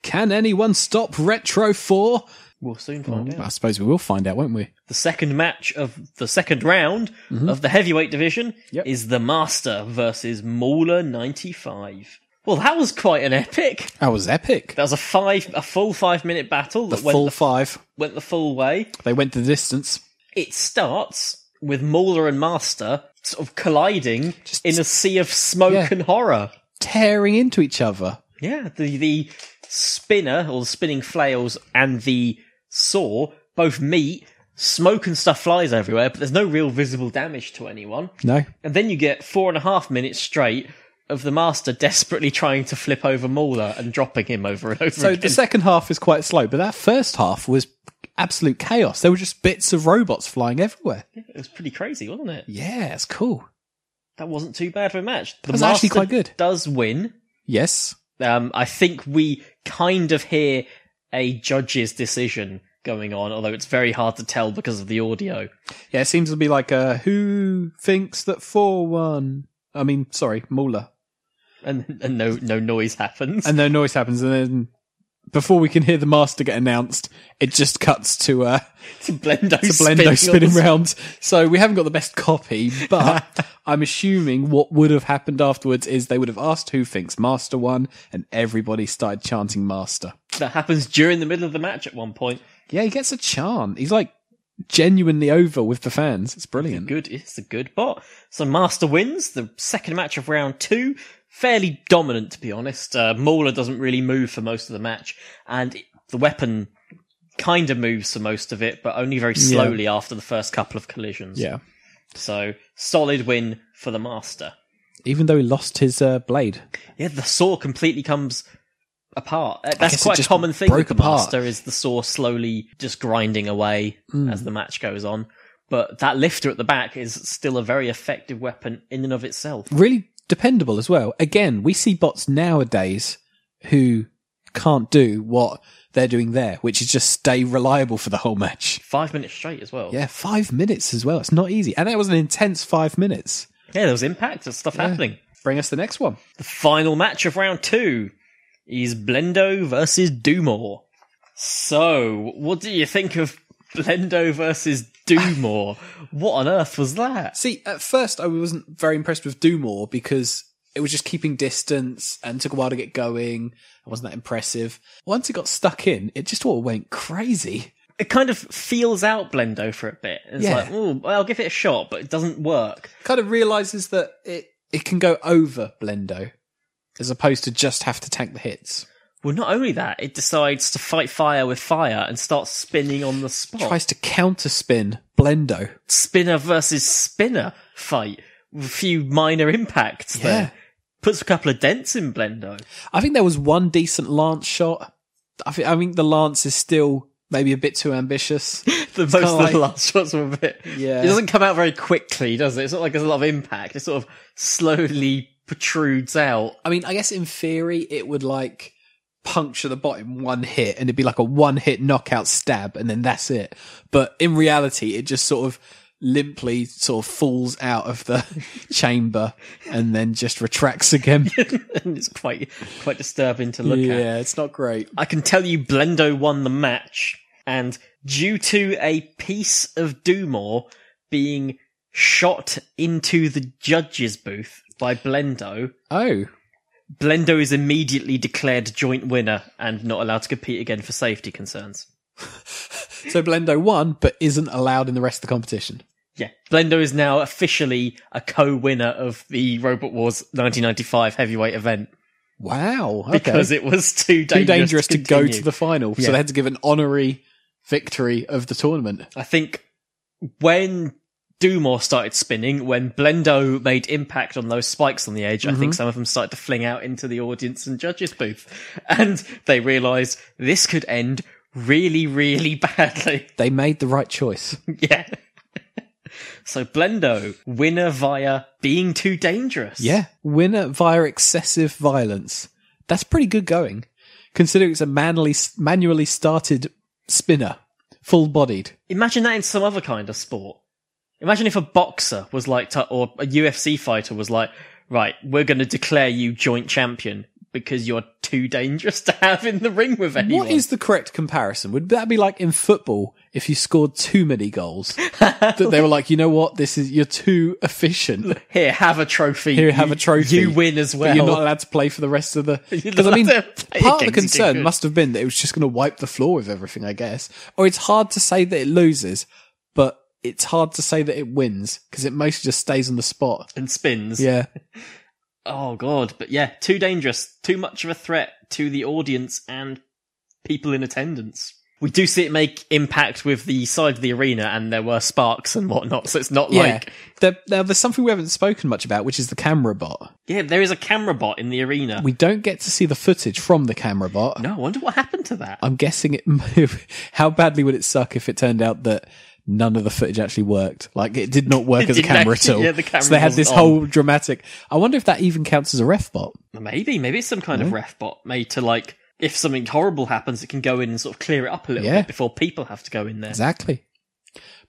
Speaker 4: Can anyone stop Retro 4?
Speaker 5: We'll soon find out.
Speaker 4: I suppose we will find out, won't we?
Speaker 5: the second match of the second round of the heavyweight division
Speaker 4: Mm-hmm. Yep.
Speaker 5: is the Master versus Mauler 95. Well, that was quite an epic.
Speaker 4: That was epic.
Speaker 5: That was a five, a full five minute battle
Speaker 4: The
Speaker 5: that went
Speaker 4: full
Speaker 5: the,
Speaker 4: five.
Speaker 5: went the full way.
Speaker 4: They went the distance.
Speaker 5: It starts with Mauler and Master sort of colliding in a sea of smoke
Speaker 4: Yeah.
Speaker 5: and horror.
Speaker 4: Tearing into each other.
Speaker 5: Yeah, the the spinner or the spinning flails and the saw both meet. Smoke and stuff flies everywhere, but there's no real visible damage to anyone.
Speaker 4: No?
Speaker 5: And then you get four and a half minutes straight of the master desperately trying to flip over Mauler and dropping him over and over
Speaker 4: So
Speaker 5: again.
Speaker 4: the second half is quite slow, but that first half was absolute chaos. There were just bits of robots flying everywhere.
Speaker 5: it was pretty crazy, wasn't it?
Speaker 4: Yeah, it's cool.
Speaker 5: That wasn't too bad of a match. The
Speaker 4: was actually
Speaker 5: Master
Speaker 4: quite good.
Speaker 5: Does win.
Speaker 4: Yes.
Speaker 5: Um, I think we kind of hear a judge's decision going on, although it's very hard to tell because of the audio.
Speaker 4: Yeah, it seems to be like uh who thinks that four won? I mean, sorry, Mauler.
Speaker 5: and, and no no noise happens.
Speaker 4: And no noise happens, and then before we can hear the master get announced, it just cuts to uh
Speaker 5: to Blendo,
Speaker 4: to Blendo
Speaker 5: spinning
Speaker 4: spinning
Speaker 5: on-
Speaker 4: round. So we haven't got the best copy, but I'm assuming what would have happened afterwards is they would have asked who thinks Master won, and everybody started chanting Master.
Speaker 5: That happens during the middle of the match at one point.
Speaker 4: Yeah, he gets a chant. He's like genuinely over with the fans. It's brilliant.
Speaker 5: Good, it's a good bot. So Master wins the second match of round two. Fairly dominant, to be honest. Uh, Mauler doesn't really move for most of the match, and it- the weapon kind of moves for most of it, but only very slowly after the first couple of collisions.
Speaker 4: Yeah.
Speaker 5: So solid win for the Master.
Speaker 4: Even though he lost his uh, blade.
Speaker 5: Yeah, the saw completely comes apart. Uh,
Speaker 4: guess
Speaker 5: That's
Speaker 4: it
Speaker 5: quite a
Speaker 4: just
Speaker 5: common thing
Speaker 4: broke
Speaker 5: with the
Speaker 4: apart.
Speaker 5: master is the saw slowly just grinding away
Speaker 4: Hmm.
Speaker 5: as the match goes on. But that lifter at the back is still a very effective weapon in and of itself.
Speaker 4: Really dependable as well. Again, we see bots nowadays who can't do what they're doing there, which is just stay reliable for the whole match.
Speaker 5: Five minutes straight as well.
Speaker 4: Yeah, five minutes as well. It's not easy. And that was an intense five minutes.
Speaker 5: Yeah, there was impact. There's stuff happening.
Speaker 4: Bring us the next one.
Speaker 5: The final match of round two is Blendo versus Dumore. So, what do you think of Blendo versus Dumore? what on earth was that?
Speaker 4: See, at first I wasn't very impressed with Doomore because it was just keeping distance and took a while to get going. It wasn't that impressive. Once it got stuck in, it just all went crazy.
Speaker 5: it kind of feels out Blendo for a bit. It's
Speaker 4: Yeah.
Speaker 5: like, oh, well, I'll give it a shot, but it doesn't work.
Speaker 4: Kind of realizes that it it can go over Blendo as opposed to just have to tank the hits.
Speaker 5: Well, not only that, it decides to fight fire with fire and starts spinning on the spot.
Speaker 4: Tries to counter spin Blendo.
Speaker 5: spinner versus spinner fight with a few minor impacts there. Puts a couple of dents in Blendo.
Speaker 4: I think there was one decent lance shot. I think I think the lance is still maybe a bit too ambitious.
Speaker 5: The most of the
Speaker 4: like-
Speaker 5: last shots were a bit.
Speaker 4: Yeah.
Speaker 5: It doesn't come out very quickly, does it? It's not like there's a lot of impact. It sort of slowly protrudes out.
Speaker 4: I mean, I guess in theory it would like puncture the bot in one hit and it'd be like a one hit knockout stab and then that's it. But in reality, it just sort of limply sort of falls out of the chamber and then just retracts again.
Speaker 5: and it's quite quite disturbing to look at.
Speaker 4: yeah, it's not great.
Speaker 5: I can tell you Blendo won the match, and due to a piece of Dumore being shot into the judges' booth by Blendo,
Speaker 4: Oh,
Speaker 5: Blendo is immediately declared joint winner and not allowed to compete again for safety concerns.
Speaker 4: so Blendo won, but isn't allowed in the rest of the competition.
Speaker 5: Yeah, Blendo is now officially a co-winner of the Robot Wars 1995 heavyweight event
Speaker 4: Wow. Okay.
Speaker 5: because it was too dangerous,
Speaker 4: Too dangerous to, go
Speaker 5: continue.
Speaker 4: to the final. So
Speaker 5: Yeah.
Speaker 4: they had to give an honorary victory of the tournament.
Speaker 5: I think when Dumore started spinning, when Blendo made impact on those spikes on the edge, I think some of them started to fling out into the audience and judges' booth. And they realised this could end really, really badly.
Speaker 4: They made the right choice.
Speaker 5: yeah. so Blendo, winner via being too dangerous.
Speaker 4: Yeah. Winner via excessive violence. That's pretty good going, considering it's a manly, manually started spinner, full bodied.
Speaker 5: Imagine that in some other kind of sport. Imagine if a boxer was like, to, or a UFC fighter was like, right, we're going to declare you joint champion because you're too dangerous to have in the ring with anyone.
Speaker 4: What is the correct comparison? Would that be like in football if you scored too many goals? that they were like, you know what? This is, you're too efficient.
Speaker 5: here? Have a trophy.
Speaker 4: Here, have a trophy.
Speaker 5: You win as well.
Speaker 4: But you're not allowed to play for the rest of the.
Speaker 5: You're
Speaker 4: Because I
Speaker 5: not
Speaker 4: mean,
Speaker 5: allowed to play
Speaker 4: part of the
Speaker 5: against it,
Speaker 4: concern
Speaker 5: good.
Speaker 4: must have been that it was just going to wipe the floor with everything, I guess. Or it's hard to say that it loses, but it's hard to say that it wins because it mostly just stays on the spot.
Speaker 5: and spins.
Speaker 4: Yeah.
Speaker 5: Oh god, but yeah, too dangerous, too much of a threat to the audience and people in attendance. We do see it make impact with the side of the arena, and there were sparks and whatnot. So it's not
Speaker 4: Yeah.
Speaker 5: like
Speaker 4: There, there, there's something we haven't spoken much about, which is the camera bot.
Speaker 5: yeah, there is a camera bot in the arena.
Speaker 4: We don't get to see the footage from the camera bot.
Speaker 5: no, I wonder what happened to that.
Speaker 4: I'm guessing it. how badly would it suck if it turned out that none of the footage actually worked? Like it did not work
Speaker 5: It
Speaker 4: as a
Speaker 5: didn't
Speaker 4: camera
Speaker 5: actually-
Speaker 4: at all.
Speaker 5: yeah, the camera
Speaker 4: so they had this
Speaker 5: wasn't on.
Speaker 4: whole dramatic. I wonder if that even counts as a ref bot.
Speaker 5: Maybe, maybe it's some kind of ref bot made to like if something horrible happens, it can go in and sort of clear it up a little
Speaker 4: Yeah.
Speaker 5: bit before people have to go in there.
Speaker 4: Exactly.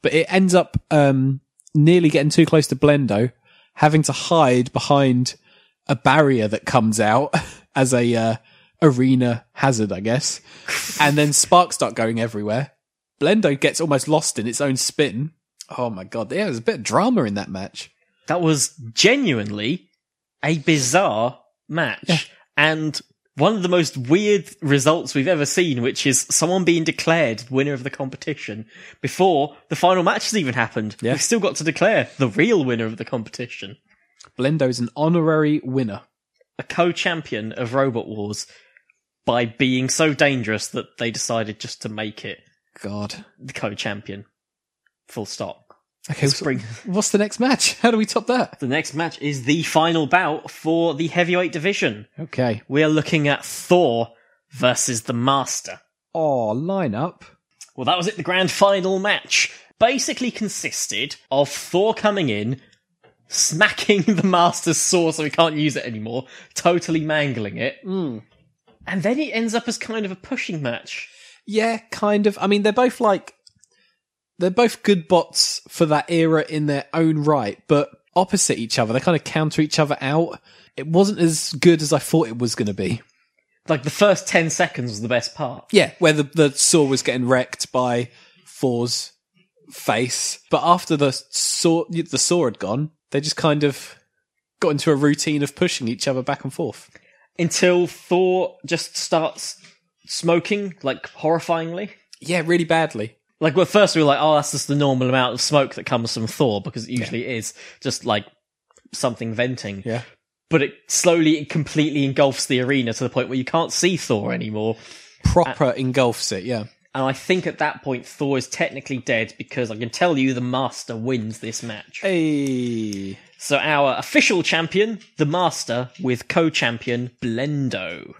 Speaker 4: But it ends up um, nearly getting too close to Blendo, having to hide behind a barrier that comes out as a uh, arena hazard, I guess. and then sparks start going everywhere. Blendo gets almost lost in its own spin. Oh my god, yeah, there's a bit of drama in that match.
Speaker 5: That was genuinely a bizarre match and one of the most weird results we've ever seen, which is someone being declared winner of the competition before the final match has even happened.
Speaker 4: Yeah.
Speaker 5: We've still got to declare the real winner of the competition,
Speaker 4: Blendo's an honorary winner.
Speaker 5: a co-champion of Robot Wars by being so dangerous that they decided just to make it
Speaker 4: God.
Speaker 5: the co-champion. Full stop.
Speaker 4: Okay, so
Speaker 5: Spring.
Speaker 4: what's the next match? How do we top that?
Speaker 5: The next match is the final bout for the heavyweight division.
Speaker 4: Okay.
Speaker 5: We are looking at Thor versus the Master.
Speaker 4: Oh, line up.
Speaker 5: Well, that was it. The grand final match basically consisted of Thor coming in, smacking the Master's sword so he can't use it anymore, totally mangling it. And then it ends up as kind of a pushing match.
Speaker 4: Yeah, kind of. I mean, they're both like they're both good bots for that era in their own right, but opposite each other. They kind of counter each other out. It wasn't as good as I thought it was going to be.
Speaker 5: Like the first 10 seconds was the best part.
Speaker 4: Yeah, where the, the saw was getting wrecked by Thor's face, but after the saw the saw had gone, they just kind of got into a routine of pushing each other back and forth.
Speaker 5: Until Thor just starts smoking, like horrifyingly.
Speaker 4: Yeah, really badly.
Speaker 5: Like, well, at first we were like, oh, that's just the normal amount of smoke that comes from Thor, because it usually is just like something venting.
Speaker 4: Yeah.
Speaker 5: But it slowly and completely engulfs the arena to the point where you can't see Thor anymore.
Speaker 4: Proper engulfs it, yeah.
Speaker 5: And I think at that point, Thor is technically dead because I can tell you the Master wins this match.
Speaker 4: Hey.
Speaker 5: So, our official champion, the Master, with co champion Blendo.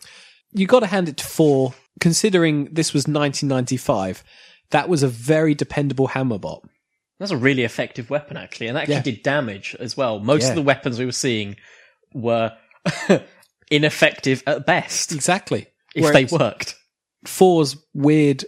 Speaker 4: you got to hand it to four, considering this was 1995. That was a very dependable hammer bot.
Speaker 5: That's a really effective weapon, actually, and actually
Speaker 4: Yeah.
Speaker 5: did damage as well. Most
Speaker 4: Yeah.
Speaker 5: of the weapons we were seeing were ineffective at best.
Speaker 4: Exactly.
Speaker 5: if
Speaker 4: Whereas
Speaker 5: they worked.
Speaker 4: four's weird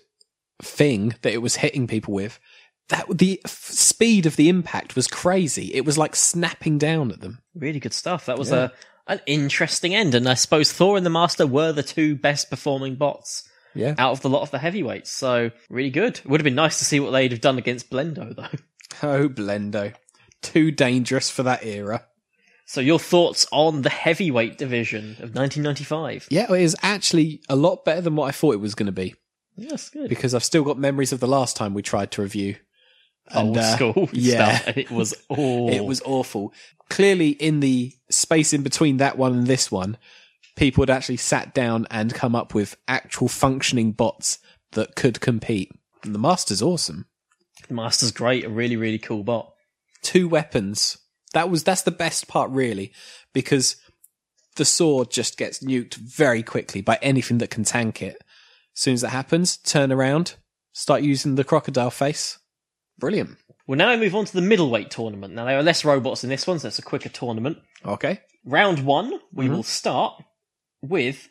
Speaker 4: thing that it was hitting people with, that the f- speed of the impact was crazy. It was like snapping down at them.
Speaker 5: Really good stuff. That was a an interesting end, and I suppose Thor and the Master were the two best performing bots
Speaker 4: Yeah.
Speaker 5: out of the lot of the heavyweights. So really good. Would have been nice to see what they'd have done against Blendo though.
Speaker 4: Oh, Blendo. Too dangerous for that era.
Speaker 5: So your thoughts on the heavyweight division of 1995?
Speaker 4: Yeah, it is actually a lot better than what I thought it was going to be
Speaker 5: Yes, good.
Speaker 4: because I've still got memories of the last time we tried to review. And,
Speaker 5: Old
Speaker 4: uh,
Speaker 5: school
Speaker 4: yeah.
Speaker 5: stuff, and it was all
Speaker 4: It was awful. Clearly, in the space in between that one and this one, people had actually sat down and come up with actual functioning bots that could compete. And the Master's awesome.
Speaker 5: the Master's great, a really really cool bot.
Speaker 4: Two weapons. That was that's the best part, really, because the sword just gets nuked very quickly by anything that can tank it. As soon as that happens, turn around, start using the crocodile face. Brilliant.
Speaker 5: Well, now we move on to the middleweight tournament. Now there are less robots in this one, so it's a quicker tournament.
Speaker 4: Okay.
Speaker 5: round one, we will start with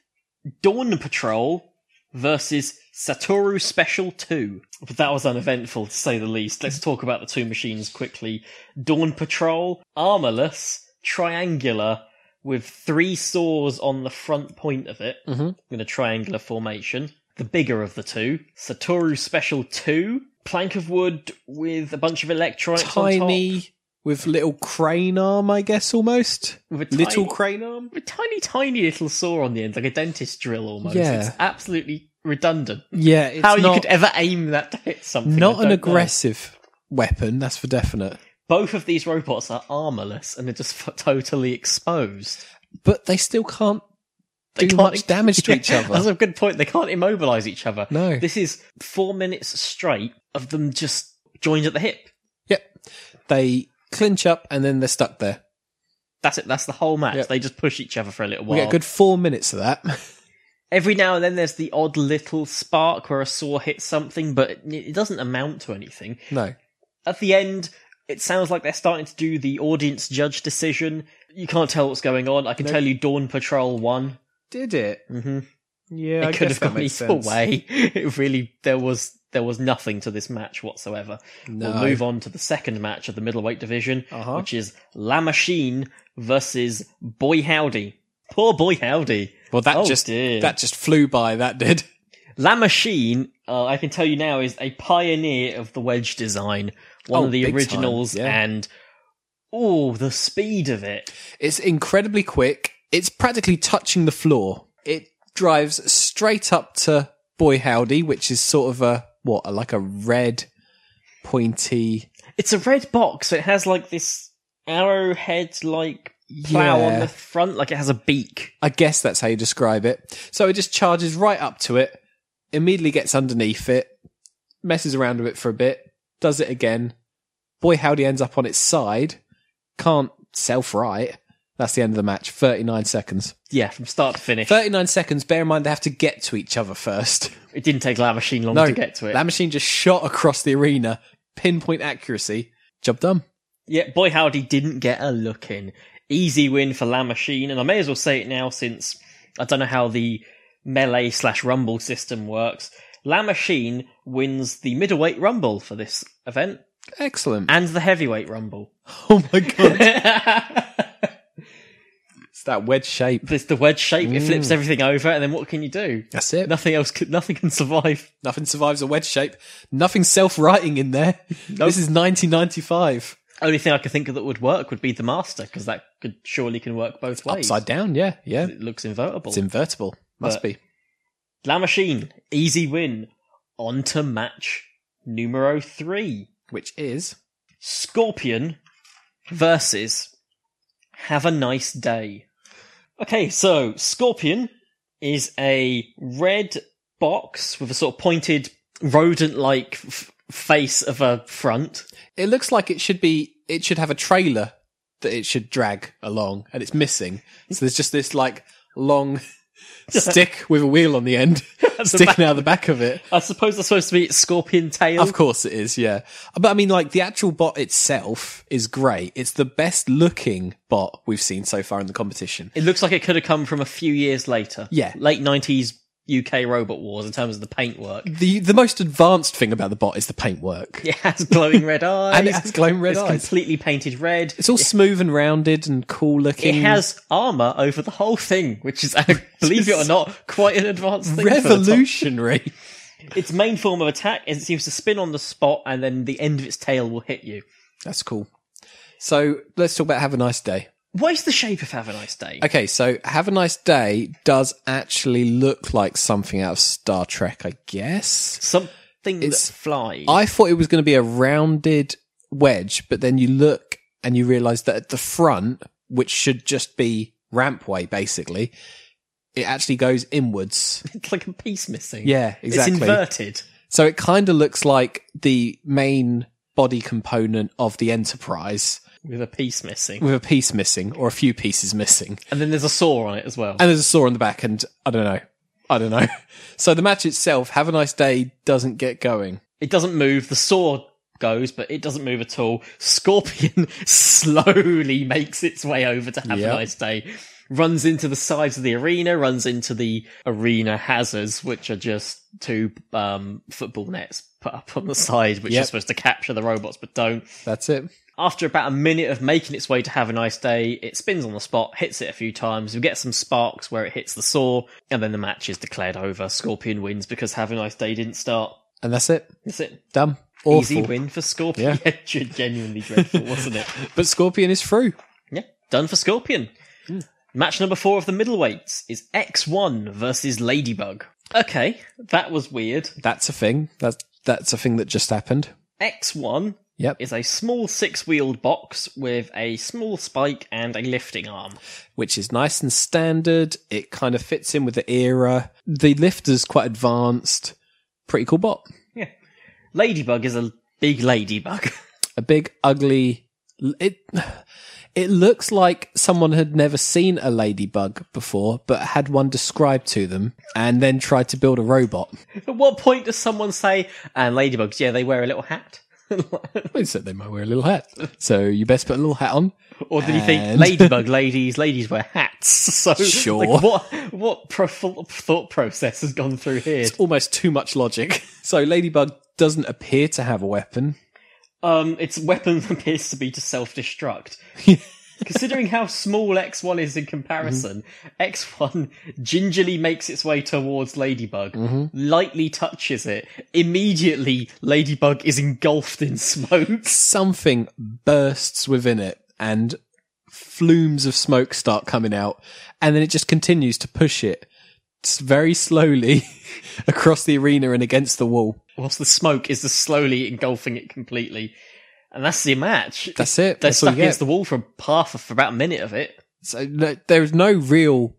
Speaker 5: Dawn Patrol versus Satoru Special 2. But that was uneventful, to say the least. Let's talk about the two machines quickly. Dawn Patrol, armorless, triangular, with three saws on the front point of it in a triangular formation. The bigger of the two, Satoru Special 2, plank of wood with a bunch of electronics on top.
Speaker 4: Tiny with little crane arm, I guess almost.
Speaker 5: With a
Speaker 4: little
Speaker 5: tiny-
Speaker 4: crane arm.
Speaker 5: a tiny, tiny little saw on the end, like a dentist drill almost.
Speaker 4: Yeah.
Speaker 5: It's absolutely redundant.
Speaker 4: Yeah, it's
Speaker 5: How you
Speaker 4: not-
Speaker 5: could ever aim that to hit something? I
Speaker 4: not
Speaker 5: don't
Speaker 4: an
Speaker 5: know.
Speaker 4: aggressive weapon. That's for definite.
Speaker 5: Both of these robots are armorless and are just f- totally exposed.
Speaker 4: But they still can't do much damage to
Speaker 5: Yeah,
Speaker 4: each other.
Speaker 5: That's a good point. They can't immobilize each other.
Speaker 4: No.
Speaker 5: This is four minutes straight of them just joined at the hip.
Speaker 4: Yep. They clinch up and then they're stuck there.
Speaker 5: That's it. That's the whole match.
Speaker 4: Yep.
Speaker 5: They just push each other for a little
Speaker 4: We
Speaker 5: while.
Speaker 4: get a good four minutes of that.
Speaker 5: Every now and then, there's the odd little spark where a saw hits something, but it- it doesn't amount to anything.
Speaker 4: no.
Speaker 5: At the end, it sounds like they're starting to do the audience judge decision. You can't tell what's going on. I can tell you, Dawn Patrol won.
Speaker 4: Did it?
Speaker 5: hmm
Speaker 4: Yeah,
Speaker 5: it could have gone either way. It really there was there was nothing to this match whatsoever.
Speaker 4: No.
Speaker 5: We'll move on to the second match of the middleweight division,
Speaker 4: Uh-huh.
Speaker 5: which is La Machine versus Boy Howdy. Poor Boy Howdy.
Speaker 4: Well, that
Speaker 5: Oh,
Speaker 4: just
Speaker 5: dear.
Speaker 4: that just flew by. That did.
Speaker 5: La Machine, uh, I can tell you now, is a pioneer of the wedge design. One
Speaker 4: Oh,
Speaker 5: of the
Speaker 4: big time,
Speaker 5: originals,
Speaker 4: yeah.
Speaker 5: and oh, the speed of it.
Speaker 4: It's incredibly quick. It's practically touching the floor. It drives straight up to Boy Howdy, which is sort of a what, like a red pointy
Speaker 5: It's a red box. It has like this arrowhead like plow
Speaker 4: Yeah.
Speaker 5: on the front, like it has a beak.
Speaker 4: I guess that's how you describe it. So it just charges right up to it, immediately gets underneath it, messes around with it for a bit, does it again. Boy Howdy ends up on its side, can't self right. That's the end of the match. 39 seconds.
Speaker 5: Yeah, from start to finish.
Speaker 4: 39 seconds. Bear in mind, they have to get to each other first.
Speaker 5: It didn't take La Machine long
Speaker 4: No,
Speaker 5: to get to it.
Speaker 4: that machine just shot across the arena, pinpoint accuracy. Job done.
Speaker 5: Yeah, boy howdy didn't get a look in. Easy win for La Machine, and I may as well say it now since I don't know how the melee slash rumble system works. La Machine wins the middleweight rumble for this event
Speaker 4: Excellent.
Speaker 5: and the heavyweight rumble.
Speaker 4: oh my God.
Speaker 5: it's
Speaker 4: it's that wedge shape.
Speaker 5: the wedge shape, it flips everything over, and then what can you do?
Speaker 4: That's it.
Speaker 5: Nothing else could, nothing can survive.
Speaker 4: Nothing survives a wedge shape. Nothing self-writing in there. This is 1995.
Speaker 5: Only thing I could think of that would work would be the master, because that could surely can work both ways.
Speaker 4: Upside down, yeah, yeah.
Speaker 5: It looks invertible.
Speaker 4: It's invertible. Must
Speaker 5: But-
Speaker 4: be.
Speaker 5: La Machine, easy win. On to match numero three
Speaker 4: Which is
Speaker 5: Scorpion versus Have a Nice Day. Okay, so Scorpion is a red box with a sort of pointed rodent like f- face of a front.
Speaker 4: it looks like it should be it should have a trailer that it should drag along and it's missing. So there's just this like long stick with a wheel on the end sticking out of the back of it.
Speaker 5: I suppose that's supposed to be its scorpion tail.
Speaker 4: Of course it is, yeah. But I mean like the actual bot itself is great. It's the best looking bot we've seen so far in the competition.
Speaker 5: It looks like it could have come from a few years later.
Speaker 4: Yeah.
Speaker 5: Late 90s UK Robot Wars in terms of the paintwork.
Speaker 4: The the most advanced thing about the bot is the paintwork.
Speaker 5: It has glowing red eyes.
Speaker 4: And it has glowing red
Speaker 5: it's
Speaker 4: eyes.
Speaker 5: completely painted red.
Speaker 4: It's all smooth and rounded and cool
Speaker 5: It
Speaker 4: looking.
Speaker 5: has armor over the whole thing, which is, believe it or not, quite an advanced thing. for the top.
Speaker 4: revolutionary.
Speaker 5: Its main form of attack is it seems to spin on the spot, and then the end of its tail will hit you.
Speaker 4: That's cool. So let's talk about Have a Nice Day.
Speaker 5: What is the shape of Have a Nice Day?
Speaker 4: Okay, so Have a Nice Day does actually look like something out of Star Trek, I guess.
Speaker 5: Something that
Speaker 4: It's-
Speaker 5: flies.
Speaker 4: I thought it was going to be a rounded wedge, but then you look and you realize that at the front, which should just be rampway basically, it actually goes inwards.
Speaker 5: it's like a piece missing.
Speaker 4: Yeah, exactly.
Speaker 5: It's inverted.
Speaker 4: So it kind of looks like the main body component of the Enterprise
Speaker 5: With a piece missing.
Speaker 4: with a piece missing or a few pieces missing.
Speaker 5: And then there's a saw on it as well.
Speaker 4: And there's a saw on the back, and I don't know. I don't know. So the match itself, Have a Nice Day, doesn't get going.
Speaker 5: It doesn't move. The sword goes, but it doesn't move at all. Scorpion slowly makes its way over to have
Speaker 4: Yep.
Speaker 5: a nice day. Runs into the sides of the arena, runs into the arena hazards, which are just two um, football nets put up on the side, which
Speaker 4: Yep.
Speaker 5: are supposed to capture the robots, but don't.
Speaker 4: That's it.
Speaker 5: After about a minute of making its way to have a nice day, it spins on the spot, hits it a few times. We get some sparks where it hits the saw, and then the match is declared over. Scorpion wins because have a nice day didn't start.
Speaker 4: And that's it.
Speaker 5: That's it.
Speaker 4: Done. Awful.
Speaker 5: Easy win for Scorpion. Yeah. Genuinely dreadful, wasn't it?
Speaker 4: But Scorpion is through.
Speaker 5: Yeah, Hmm. done for Scorpion. Match number four of the middleweights is X1 versus Ladybug. Okay, that was weird.
Speaker 4: That's a thing. That's that's a thing that just happened.
Speaker 5: X1
Speaker 4: Yep.
Speaker 5: is a small six wheeled box with a small spike and a lifting arm.
Speaker 4: which is nice and standard. It kind of fits in with the era. The lifter's quite advanced. Pretty cool bot.
Speaker 5: Yeah. Ladybug is a big ladybug.
Speaker 4: A big, ugly. It it looks like someone had never seen a ladybug before, but had one described to them, and then tried to build a robot.
Speaker 5: At what point does someone say, and ladybugs, yeah, they wear a little hat?
Speaker 4: They said they might wear a little hat, so you best put a little hat on.
Speaker 5: Or did you think
Speaker 4: And-
Speaker 5: ladybug ladies, ladies wear hats? So,
Speaker 4: Sure.
Speaker 5: Like, what what pro- thought process has gone through here?
Speaker 4: Almost too much logic. So ladybug doesn't appear to have a weapon.
Speaker 5: Um, its weapon appears to be to self destruct. Considering how small X1 is in comparison, X1 gingerly makes its way towards Ladybug,
Speaker 4: Mm-hmm.
Speaker 5: lightly touches it. Immediately, Ladybug is engulfed in smoke.
Speaker 4: something bursts within it and flumes of smoke start coming out and then it just continues to push it s- very slowly across the arena and against the wall
Speaker 5: Whilst the smoke is just slowly engulfing it completely. And that's the match.
Speaker 4: That's it.
Speaker 5: They're
Speaker 4: That's all
Speaker 5: stuck
Speaker 4: you get.
Speaker 5: against the wall for half of, for about a minute of it.
Speaker 4: so no, there's no real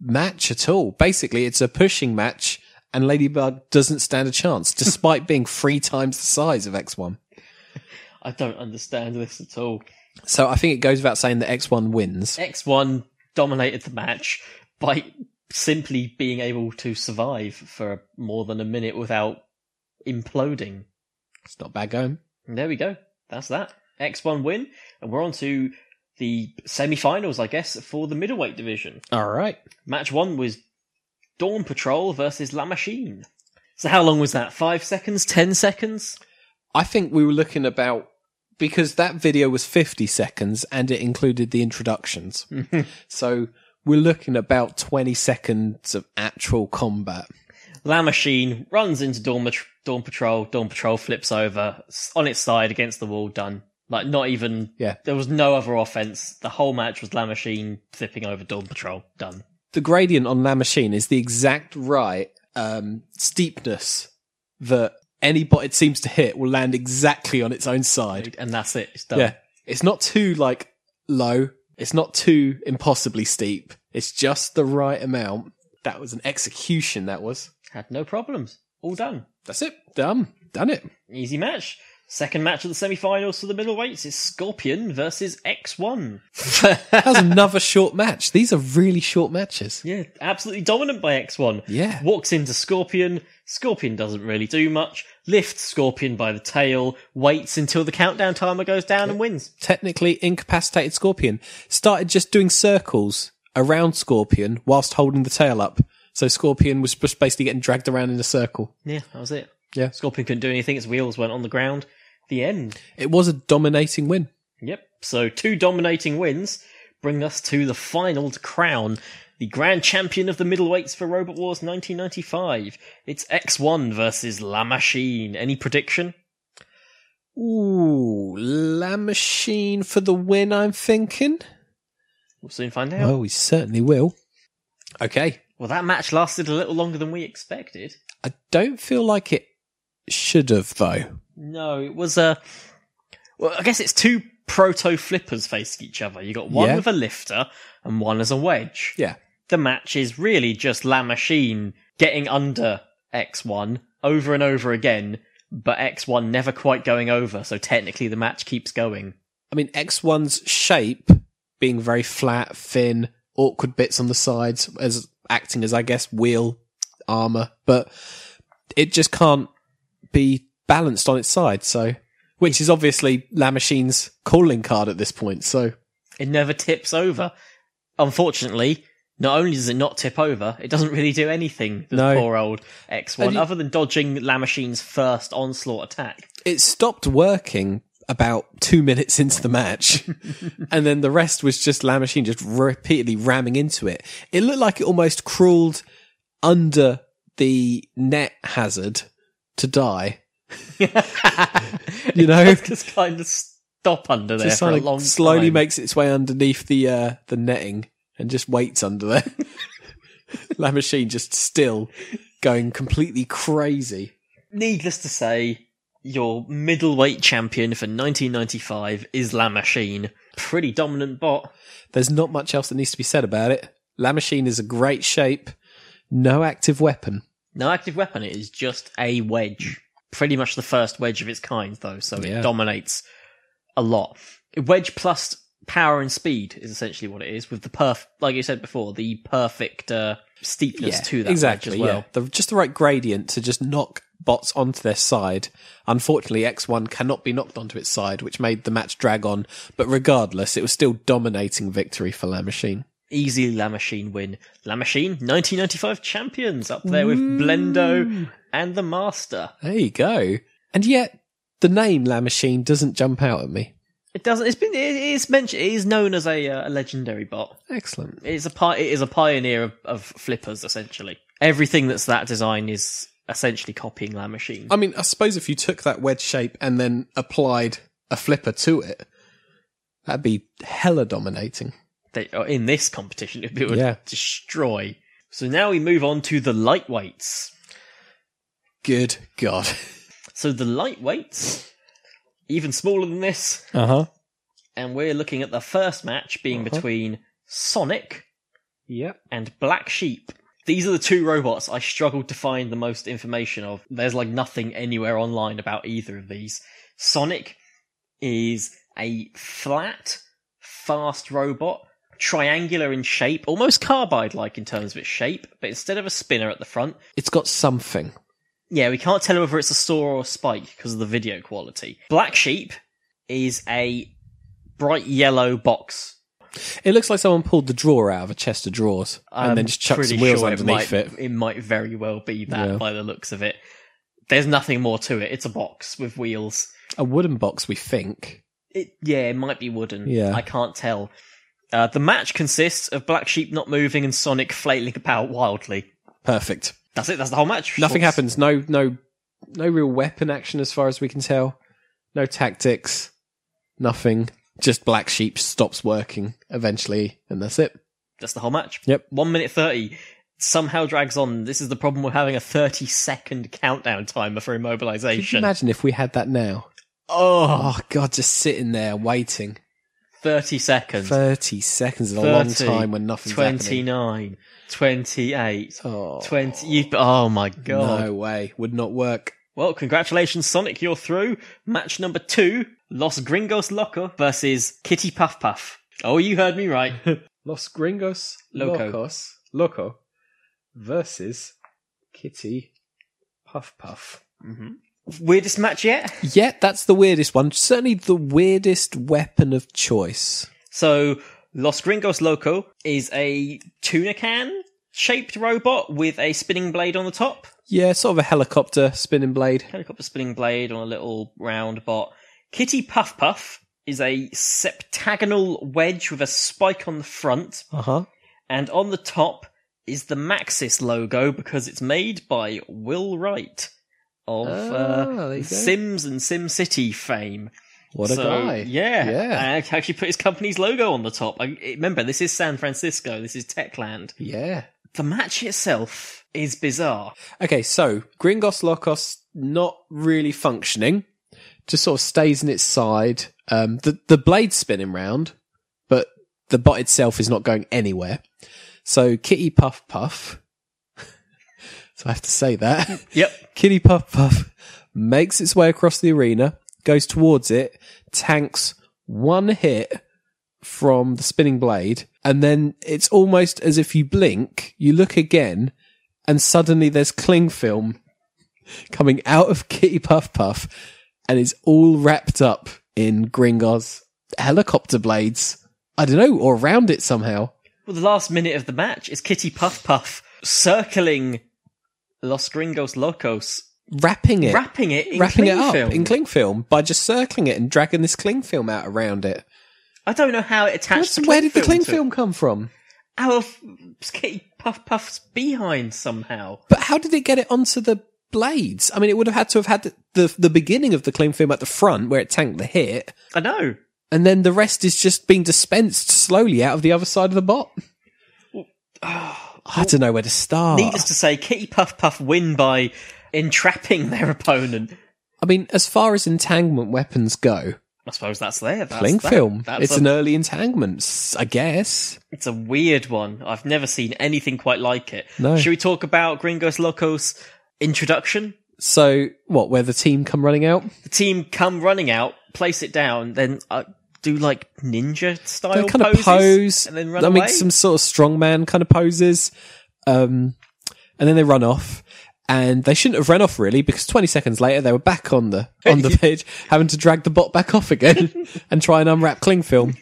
Speaker 4: match at all basically it's a pushing match and ladybug doesn't stand a chance despite being three times the size of x1
Speaker 5: I don't understand this at all.
Speaker 4: so i think it goes without saying that x1 wins
Speaker 5: X1 dominated the match by simply being able to survive for more than a minute without imploding.
Speaker 4: it's not bad going
Speaker 5: And there we go. That's that. X1 win, and we're on to the semi-finals, I guess, for the middleweight division.
Speaker 4: all right
Speaker 5: Match one was Dawn Patrol versus La Machine. So how long was that? Five seconds? Ten seconds?
Speaker 4: I think we were looking about because that video was 50 seconds and it included the introductions. so we're looking about 20 seconds of actual combat.
Speaker 5: La Machine runs into Dawn, Mat- Dawn Patrol. Dawn Patrol flips over s- on its side against the wall. Done. Like not even.
Speaker 4: Yeah.
Speaker 5: There was no other offense. The whole match was La Machine flipping over Dawn Patrol. Done.
Speaker 4: The gradient on La Machine is the exact right um, steepness that any bot it seems to hit will land exactly on its own side.
Speaker 5: And that's it. It's done.
Speaker 4: Yeah. It's not too like low. It's not too impossibly steep. It's just the right amount. That was an execution. That was.
Speaker 5: Had no problems. All done.
Speaker 4: That's it. Done. Done it.
Speaker 5: Easy match. Second match of the semi-finals for the middleweights is Scorpion versus X1.
Speaker 4: That was another short match. These are really short matches.
Speaker 5: Yeah, absolutely dominant by X1.
Speaker 4: Yeah.
Speaker 5: Walks into Scorpion. Scorpion doesn't really do much. Lifts Scorpion by the tail. Waits until the countdown timer goes down and wins.
Speaker 4: Technically incapacitated Scorpion started just doing circles around Scorpion whilst holding the tail up. So Scorpion was just basically getting dragged around in a circle.
Speaker 5: Yeah, that was it.
Speaker 4: Yeah.
Speaker 5: Scorpion couldn't do anything. Its wheels went on the ground. The end.
Speaker 4: It was a dominating win.
Speaker 5: Yep. So two dominating wins bring us to the final to crown the grand champion of the middleweights for Robot Wars 1995. It's X1 versus La Machine. Any prediction?
Speaker 4: Ooh, La Machine for the win, I'm thinking.
Speaker 5: We'll soon find out.
Speaker 4: Oh, we certainly will. Okay.
Speaker 5: Well, that match lasted a little longer than we expected.
Speaker 4: I don't feel like it should have, though.
Speaker 5: No, it was a. Well, I guess it's two proto flippers facing each other. You got one
Speaker 4: Yeah.
Speaker 5: with a lifter and one as a wedge.
Speaker 4: Yeah.
Speaker 5: The match is really just La Machine getting under X1 over and over again, but X1 never quite going over, so technically the match keeps going.
Speaker 4: I mean, X1's shape being very flat, thin, awkward bits on the sides as acting as, I guess, wheel armor, but it just can't be balanced on its side. So, which is obviously La Machine's calling card at this point. So,
Speaker 5: It never tips over. Unfortunately, not only does it not tip over, it doesn't really do anything, the
Speaker 4: No.
Speaker 5: poor old X1,
Speaker 4: And you-
Speaker 5: other than dodging La Machine's first onslaught attack.
Speaker 4: it stopped working about two minutes into the match. and then the rest was just La Machine just repeatedly ramming into it. It looked like it almost crawled under the net hazard to die. you know,
Speaker 5: It just kind of stop under there
Speaker 4: just
Speaker 5: for a
Speaker 4: sort of
Speaker 5: long
Speaker 4: slowly
Speaker 5: time.
Speaker 4: makes its way underneath the uh, the netting and just waits under there. La Machine just still going completely crazy.
Speaker 5: Needless to say, your middleweight champion for 1995, Islam Machine. Pretty dominant bot.
Speaker 4: There's not much else that needs to be said about it. La Machine is a great shape, no active weapon.
Speaker 5: No active weapon, it is just a wedge. Pretty much the first wedge of its kind, though, so
Speaker 4: Yeah.
Speaker 5: it dominates a lot. Wedge plus power and speed is essentially what it is, with the perf, like you said before, the perfect uh, steepness to that
Speaker 4: exactly.
Speaker 5: wedge as well.
Speaker 4: Yeah, the, just the right gradient to just knock bots onto their side. Unfortunately, X1 cannot be knocked onto its side, which made the match drag on. But regardless, it was still dominating victory for La Machine.
Speaker 5: easily La Machine win. La Machine, 1995 champions up there with Blendo and the Master.
Speaker 4: There you go. And yet, the name La Machine doesn't jump out at me.
Speaker 5: It doesn't. It's been. It is mentioned. It is known as a, uh, a legendary bot.
Speaker 4: Excellent.
Speaker 5: It is a pi- It is a pioneer of, of flippers. Essentially, everything that's that design is essentially copying La Machine.
Speaker 4: I mean, I suppose if you took that wedge shape and then applied a flipper to it, that'd be hella dominating.
Speaker 5: They, or in this competition, it would
Speaker 4: Yeah.
Speaker 5: destroy. So now we move on to the lightweights.
Speaker 4: Good God.
Speaker 5: So the lightweights, even smaller than this,
Speaker 4: Uh huh.
Speaker 5: and we're looking at the first match being between Sonic
Speaker 4: Yep.
Speaker 5: and Black Sheep. These are the two robots I struggled to find the most information of. There's like nothing anywhere online about either of these. Sonic is a flat, fast robot, triangular in shape, almost carbide like in terms of its shape, but instead of a spinner at the front,
Speaker 4: It's got something.
Speaker 5: yeah, we can't tell whether it's a saw or a spike because of the video quality. Black Sheep is a bright yellow box
Speaker 4: It looks like someone pulled the drawer out of a chest of drawers and then
Speaker 5: I'm
Speaker 4: just chucked
Speaker 5: pretty
Speaker 4: some wheels
Speaker 5: sure
Speaker 4: underneath
Speaker 5: it,
Speaker 4: it.
Speaker 5: might, it. might very well be that
Speaker 4: Yeah.
Speaker 5: by the looks of it. There's nothing more to it. It's a box with wheels.
Speaker 4: A wooden box, we think.
Speaker 5: It, yeah, it might be wooden.
Speaker 4: Yeah.
Speaker 5: I can't tell. Uh, the match consists of Black Sheep not moving and Sonic flailing about wildly.
Speaker 4: Perfect.
Speaker 5: That's it. That's the whole match.
Speaker 4: Nothing
Speaker 5: Whoops.
Speaker 4: happens. No, no, no real weapon action as far as we can tell. No tactics. Nothing. Just black sheep stops working eventually, and that's it.
Speaker 5: That's the whole match.
Speaker 4: Yep.
Speaker 5: One minute thirty somehow drags on. This is the problem with having a thirty second countdown timer for
Speaker 4: Could you
Speaker 5: immobilization.
Speaker 4: imagine if we had that now? Oh God, just sitting there waiting.
Speaker 5: Thirty seconds.
Speaker 4: Thirty seconds is a
Speaker 5: 30,
Speaker 4: long time when nothing's happening.
Speaker 5: 29, 28,
Speaker 4: Oh,
Speaker 5: 20 you, oh my god
Speaker 4: no way, would not work.
Speaker 5: well congratulations sonic you're through match number two los gringos loco versus kitty puff puff oh you heard me right
Speaker 4: Los Gringos
Speaker 5: Loco.
Speaker 4: Locos Loco versus Kitty Puff Puff.
Speaker 5: weirdest match yet
Speaker 4: Yeah, that's the weirdest one. Certainly the weirdest weapon of choice.
Speaker 5: so los gringos loco is a tuna can shaped robot with a spinning blade on the top
Speaker 4: Yeah, sort of a helicopter spinning blade.
Speaker 5: helicopter spinning blade on a little round bot. Kitty Puff Puff is a septagonal wedge with a spike on the front,
Speaker 4: Uh huh.
Speaker 5: and on the top is the Maxis logo because it's made by Will Wright of
Speaker 4: Ah, there you
Speaker 5: uh,
Speaker 4: go.
Speaker 5: Sims and Sim City fame.
Speaker 4: What a
Speaker 5: So,
Speaker 4: guy.
Speaker 5: Yeah,
Speaker 4: Yeah.
Speaker 5: I actually put his company's logo on the top. I, remember, this is San Francisco. This is Techland.
Speaker 4: Yeah.
Speaker 5: The match itself is bizarre.
Speaker 4: Okay, so Gringos Locos not really functioning, just sort of stays in its side. Um, the the blade's spinning round, but the bot itself is not going anywhere. So Kitty Puff Puff. so I have to say that
Speaker 5: Yep.
Speaker 4: Kitty Puff Puff makes its way across the arena, goes towards it, tanks one hit from the spinning blade, and then it's almost as if you blink, you look again, and suddenly there's cling film coming out of Kitty Puff Puff, and it's all wrapped up in Gringos helicopter blades. I don't know, or around it somehow.
Speaker 5: Well, the last minute of the match is Kitty Puff Puff circling Los Gringos Locos,
Speaker 4: Wrapping it.
Speaker 5: wrapping it in
Speaker 4: wrapping it
Speaker 5: cling
Speaker 4: up
Speaker 5: film.
Speaker 4: in cling film by just circling it and dragging this cling film out around it.
Speaker 5: I don't know how it attached.
Speaker 4: What's- where did the cling
Speaker 5: to-
Speaker 4: film come from?
Speaker 5: Out of Kitty Puff Puff's behind somehow.
Speaker 4: But how did it get it onto the blades? I mean, it would have had to have had the, the, the beginning of the cling film at the front where it tanked the hit,
Speaker 5: I know.
Speaker 4: and then the rest is just being dispensed slowly out of the other side of the bot. I don't know where to start.
Speaker 5: Needless to say, Kitty Puff Puff win by entrapping their opponent.
Speaker 4: I mean, as far as entanglement weapons go,
Speaker 5: I suppose that's there. That's,
Speaker 4: Bling
Speaker 5: that-
Speaker 4: film.
Speaker 5: That's
Speaker 4: It's
Speaker 5: a,
Speaker 4: an early entanglement, s- I guess.
Speaker 5: it's a weird one. I've never seen anything quite like it.
Speaker 4: No.
Speaker 5: Should we talk about Gringos Locos introduction?
Speaker 4: So, what? Where the team come running out?
Speaker 5: The team come running out, place it down, then uh, do like ninja style
Speaker 4: They kind
Speaker 5: poses,
Speaker 4: of pose.
Speaker 5: and then run
Speaker 4: I mean,
Speaker 5: away.
Speaker 4: some sort of strongman kind of poses. Um, and then they run off. And they shouldn't have run off really, because 20 seconds later they were back on the on the pitch, having to drag the bot back off again and try and unwrap cling film.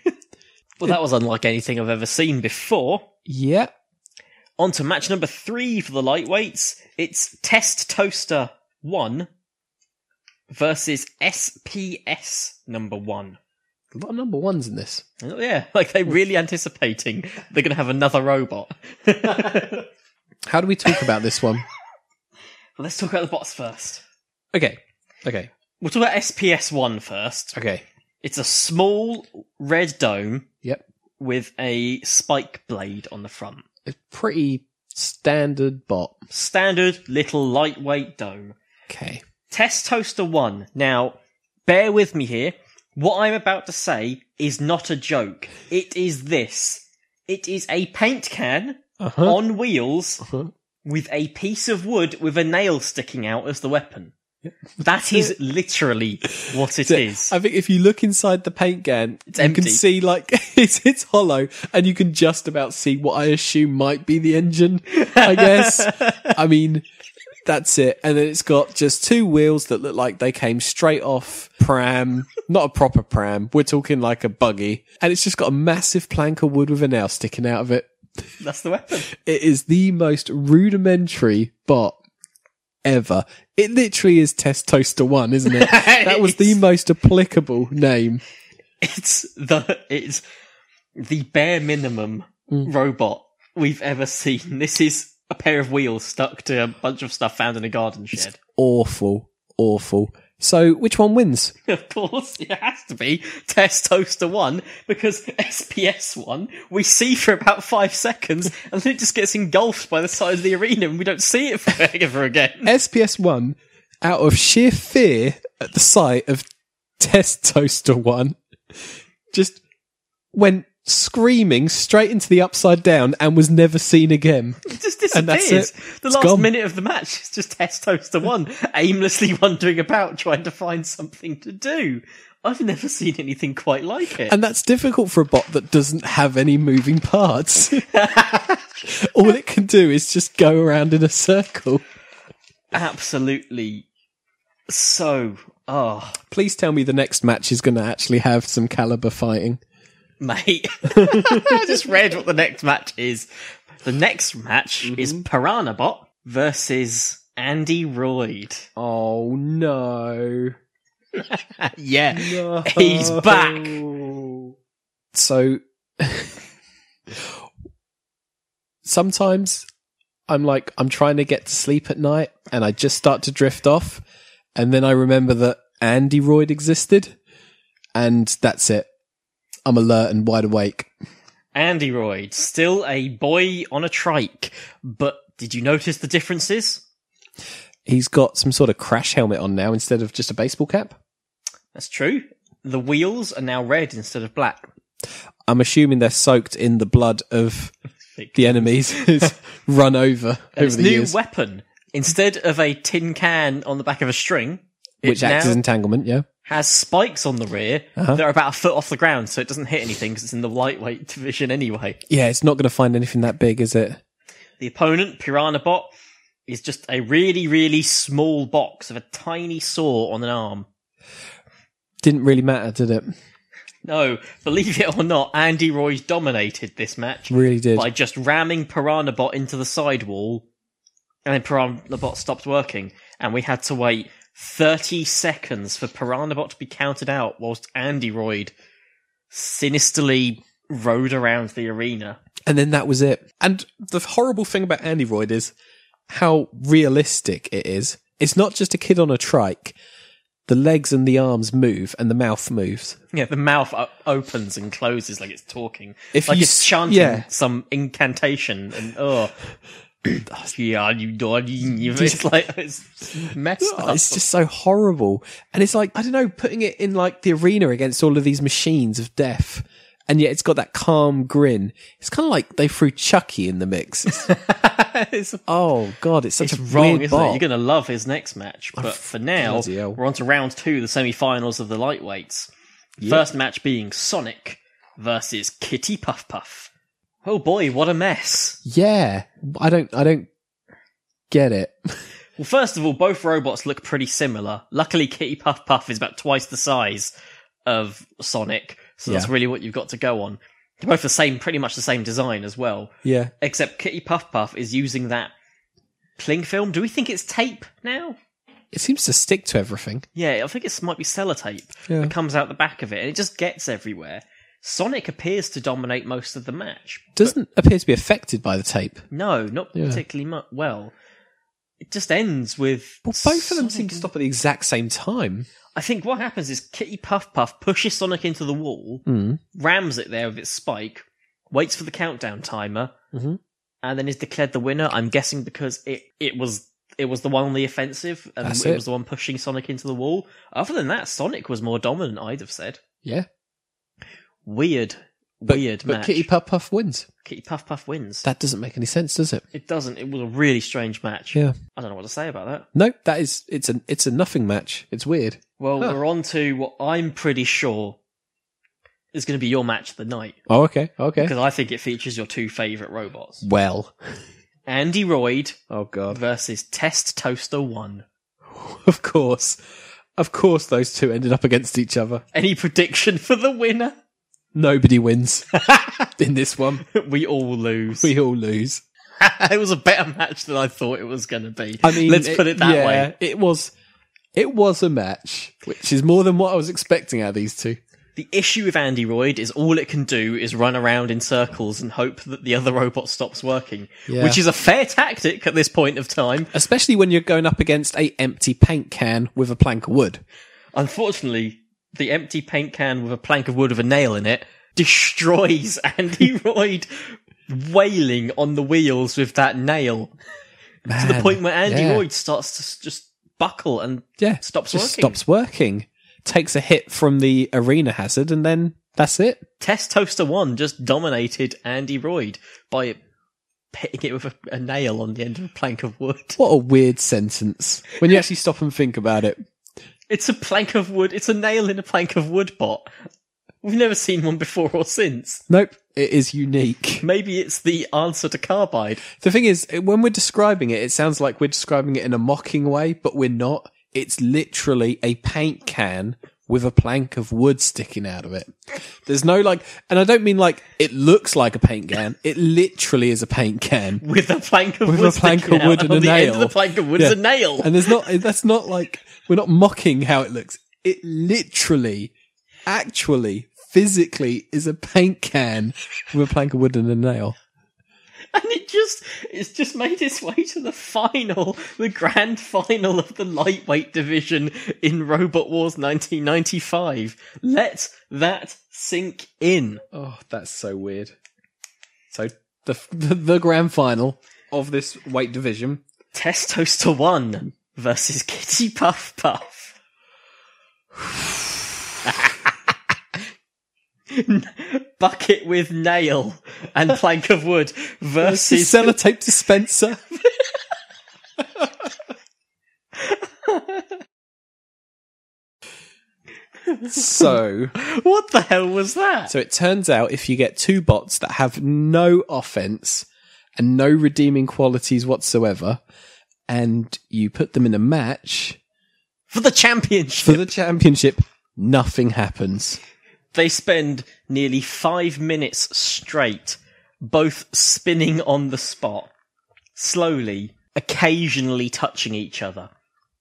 Speaker 5: well, that was unlike anything I've ever seen before.
Speaker 4: Yeah,
Speaker 5: On to match number three for the lightweights. It's Test Toaster 1 versus SPS number 1.
Speaker 4: a lot of number ones in this.
Speaker 5: Oh, yeah, like they're really anticipating they're going to have another robot. But
Speaker 4: How do we talk about this one?
Speaker 5: Let's talk about the bots first.
Speaker 4: Okay, okay,
Speaker 5: We'll talk about SPS 1 first.
Speaker 4: okay.
Speaker 5: It's a small red dome
Speaker 4: Yep,
Speaker 5: with a spike blade on the front.
Speaker 4: a pretty standard bot.
Speaker 5: Standard little lightweight dome.
Speaker 4: Okay,
Speaker 5: Test Toaster 1. Now, bear with me here. What I'm about to say is not a joke. It is this. It is a paint can
Speaker 4: Uh-huh.
Speaker 5: on wheels with a piece of wood with a nail sticking out as the weapon. That is literally what it is.
Speaker 4: I think if you look inside the paint can, you
Speaker 5: empty.
Speaker 4: can see like it's it's hollow, and you can just about see what I assume might be the engine. I guess. I mean, that's it. And then it's got just two wheels that look like they came straight off pram, not a proper pram. We're talking like a buggy, and it's just got a massive plank of wood with a nail sticking out of it.
Speaker 5: That's the weapon.
Speaker 4: It is the most rudimentary bot ever. It literally is Test Toaster One, isn't it? that was the most applicable name.
Speaker 5: It's the it's the bare minimum robot we've ever seen. This is a pair of wheels stuck to a bunch of stuff found in a garden shed.
Speaker 4: Awful, awful. So, which one wins?
Speaker 5: Of course, it has to be Test Toaster 1 because SPS 1 we see for about five seconds and then it just gets engulfed by the side of the arena and we don't see it for- ever again.
Speaker 4: SPS One, out of sheer fear at the sight of Test Toaster One, just went screaming straight into the upside down and was never seen again.
Speaker 5: It just
Speaker 4: And that's
Speaker 5: disappears.
Speaker 4: it.
Speaker 5: The
Speaker 4: It's
Speaker 5: last
Speaker 4: gone.
Speaker 5: minute of the match is just Test Toaster 1 aimlessly wandering about trying to find something to do. I've never seen anything quite like it.
Speaker 4: And that's difficult for a bot that doesn't have any moving parts. All it can do is just go around in a circle.
Speaker 5: Absolutely so. Oh,
Speaker 4: Please tell me the next match is going to actually have some caliber fighting.
Speaker 5: mate. I just read what the next match is. The next match
Speaker 4: Mm-hmm.
Speaker 5: is Piranha Bot versus Andy Royd.
Speaker 4: Oh no.
Speaker 5: Yeah, he's back.
Speaker 4: Oh. So sometimes I'm like, I'm trying to get to sleep at night and I just start to drift off. And then I remember that Andy Royd existed. And that's it. I'm alert and wide awake.
Speaker 5: Andy Royd, still a boy on a trike, but did you notice the differences?
Speaker 4: He's got some sort of crash helmet on now instead of just a baseball cap.
Speaker 5: That's true. The wheels are now red instead of black.
Speaker 4: I'm assuming they're soaked in the blood of the enemies who's run over over
Speaker 5: His
Speaker 4: the
Speaker 5: new
Speaker 4: years,
Speaker 5: weapon, instead of a tin can on the back of a string, it
Speaker 4: which Uh-huh. acts
Speaker 5: now-
Speaker 4: as entanglement. Yeah.
Speaker 5: has spikes on the rear that are about a foot off the ground, so it doesn't hit anything because it's in the lightweight division anyway.
Speaker 4: Yeah, it's not going to find anything that big, is it?
Speaker 5: The opponent, Piranha Bot, is just a really, really small box of a tiny saw on an arm.
Speaker 4: Didn't really matter, did it?
Speaker 5: No, believe it or not, Andy Roy's dominated this match
Speaker 4: Really did.
Speaker 5: by just ramming Piranha Bot into the sidewall, and then Piranha Bot stopped working, and we had to wait 30 seconds for Piranha Bot to be counted out whilst Andy Royd sinisterly rode around the arena.
Speaker 4: And then that was it. And the horrible thing about Andy Royd is how realistic it is. It's not just a kid on a trike. The legs and the arms move and the mouth moves.
Speaker 5: Yeah, the mouth o- opens and closes like it's talking,
Speaker 4: If
Speaker 5: like
Speaker 4: you
Speaker 5: it's
Speaker 4: s-
Speaker 5: chanting
Speaker 4: yeah.
Speaker 5: some incantation, and oh, yeah, you don't. It's like it's messed
Speaker 4: Oh,
Speaker 5: up.
Speaker 4: it's just so horrible. And it's like, I don't know, putting it in like the arena against all of these machines of death. And yet it's got that calm grin. It's kind of like they threw Chucky in the mix. It's-
Speaker 5: It's
Speaker 4: oh God, it's such
Speaker 5: It's
Speaker 4: a
Speaker 5: wrong,
Speaker 4: weird
Speaker 5: isn't
Speaker 4: bop.
Speaker 5: it? You're going to love his next match. But for now,
Speaker 4: bloody hell.
Speaker 5: we're on to round two, the semi finals of the lightweights. First match being Sonic versus Kitty Puff Puff. Oh boy, what a mess.
Speaker 4: Yeah. I don't, I don't get it.
Speaker 5: Well, first of all, both robots look pretty similar. Luckily, Kitty Puff Puff is about twice the size of Sonic, so that's
Speaker 4: Yeah.
Speaker 5: really what you've got to go on. They're both the same, pretty much the same design as well,
Speaker 4: Yeah.
Speaker 5: except Kitty Puff Puff is using that cling film. Do we think it's tape now?
Speaker 4: It seems to stick to everything.
Speaker 5: Yeah, I think it might be sellotape
Speaker 4: Yeah.
Speaker 5: that comes out the back of it, and it just gets everywhere. Sonic appears to dominate most of the match.
Speaker 4: Doesn't appear to be affected by the tape.
Speaker 5: No, not
Speaker 4: Yeah.
Speaker 5: particularly mu- well. It just ends with.
Speaker 4: Well, both of them
Speaker 5: Sonic-
Speaker 4: seem to stop at the exact same time.
Speaker 5: I think what happens is Kitty Puff Puff pushes Sonic into the wall,
Speaker 4: Mm.
Speaker 5: rams it there with its spike, waits for the countdown timer,
Speaker 4: Mhm.
Speaker 5: and then is declared the winner. I'm guessing because it it was it was the one on the offensive, and
Speaker 4: That's
Speaker 5: it
Speaker 4: it.
Speaker 5: was the one pushing Sonic into the wall. Other than that, Sonic was more dominant. I'd have said.
Speaker 4: Yeah.
Speaker 5: Weird,
Speaker 4: But,
Speaker 5: weird
Speaker 4: but
Speaker 5: match.
Speaker 4: Kitty Puff Puff wins.
Speaker 5: Kitty Puff Puff wins.
Speaker 4: That doesn't make any sense, does it?
Speaker 5: it doesn't. It was a really strange match.
Speaker 4: Yeah.
Speaker 5: I don't know what to say about that.
Speaker 4: No, that is, it's a, it's a nothing match. It's weird.
Speaker 5: Well,
Speaker 4: Huh.
Speaker 5: we're on to what I'm pretty sure is going to be your match of the night
Speaker 4: Oh, okay. Okay.
Speaker 5: because I think it features your two favorite robots,
Speaker 4: Well.
Speaker 5: Andy Royd
Speaker 4: Oh God.
Speaker 5: versus Test Toaster One.
Speaker 4: Of course. Of course those two ended up against each other.
Speaker 5: Any prediction for the winner?
Speaker 4: Nobody wins in this one.
Speaker 5: we all lose.
Speaker 4: We all lose.
Speaker 5: it was a better match than I thought it was going to be.
Speaker 4: I mean
Speaker 5: let's put it that way.
Speaker 4: It was it was a match, which is more than what I was expecting out of these two.
Speaker 5: The issue with Android is all it can do is run around in circles and hope that the other robot stops working,
Speaker 4: Yeah.
Speaker 5: which is a fair tactic at this point of time.
Speaker 4: Especially when you're going up against a empty paint can with a plank of wood.
Speaker 5: Unfortunately, the empty paint can with a plank of wood with a nail in it destroys Android wailing on the wheels with that nail to the
Speaker 4: Man,
Speaker 5: point where
Speaker 4: yeah.
Speaker 5: Android starts to s- just buckle and
Speaker 4: yeah,
Speaker 5: stops
Speaker 4: just
Speaker 5: working.
Speaker 4: Stops working. Takes a hit from the arena hazard and then that's it.
Speaker 5: Test Toaster 1 just dominated Andy Royd by hitting it with a, a nail on the end of a plank of wood.
Speaker 4: What a weird sentence. When you actually stop and think about it.
Speaker 5: It's a plank of wood. It's a nail in a plank of wood bot. We've never seen one before or since.
Speaker 4: Nope. It is unique.
Speaker 5: Maybe it's the answer to carbide.
Speaker 4: The thing is, when we're describing it, it sounds like we're describing it in a mocking way, but we're not. It's literally a paint can with a plank of wood sticking out of it. There's no like, and I don't mean like it looks like a paint can. It literally is a paint can.
Speaker 5: With a plank of
Speaker 4: With a
Speaker 5: wood.
Speaker 4: plank
Speaker 5: sticking
Speaker 4: of
Speaker 5: out,
Speaker 4: wood and
Speaker 5: on
Speaker 4: a
Speaker 5: the end of
Speaker 4: nail.
Speaker 5: the plank of wood is
Speaker 4: Yeah.
Speaker 5: a nail.
Speaker 4: And there's not, that's not like, we're not mocking how it looks. It literally, actually, physically is a paint can with a plank of wood and a nail.
Speaker 5: And it just it's just made its way to the final, the grand final of the lightweight division in Robot Wars 1995. Let that sink in.
Speaker 4: Oh, that's so weird. So the the, the grand final of this weight division.
Speaker 5: Test Toaster 1 versus Kitty Puff Puff. Bucket with nail and plank of wood
Speaker 4: The
Speaker 5: versus
Speaker 4: sellotape dispenser. so
Speaker 5: What the hell was that?
Speaker 4: so it turns out if you get two bots that have no offense and no redeeming qualities whatsoever and you put them in a match
Speaker 5: For the
Speaker 4: for
Speaker 5: championship,
Speaker 4: the championship nothing happens
Speaker 5: they spend nearly five minutes straight, both spinning on the spot, slowly, occasionally touching each other.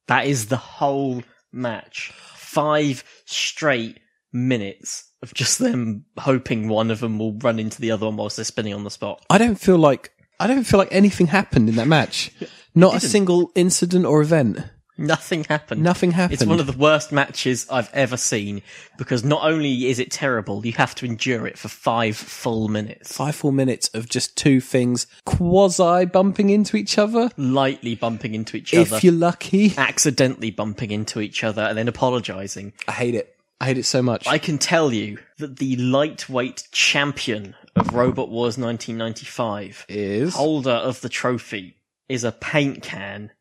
Speaker 5: That is the whole match. Five straight minutes of just them hoping one of them will run into the other one whilst they're spinning on the spot.
Speaker 4: I don't feel like I don't feel like anything happened in that match. Not a single incident or event.
Speaker 5: Nothing happened.
Speaker 4: Nothing happened.
Speaker 5: It's one of the worst matches I've ever seen because not only is it terrible, you have to endure it for five full minutes,
Speaker 4: Five full minutes of just two things quasi bumping into each other,
Speaker 5: lightly bumping into each other,
Speaker 4: if you're lucky.
Speaker 5: accidentally bumping into each other, and then apologising.
Speaker 4: I hate it. I hate it so much.
Speaker 5: I can tell you that the lightweight champion of Robot Wars 1995,
Speaker 4: is
Speaker 5: holder of the trophy, is a paint can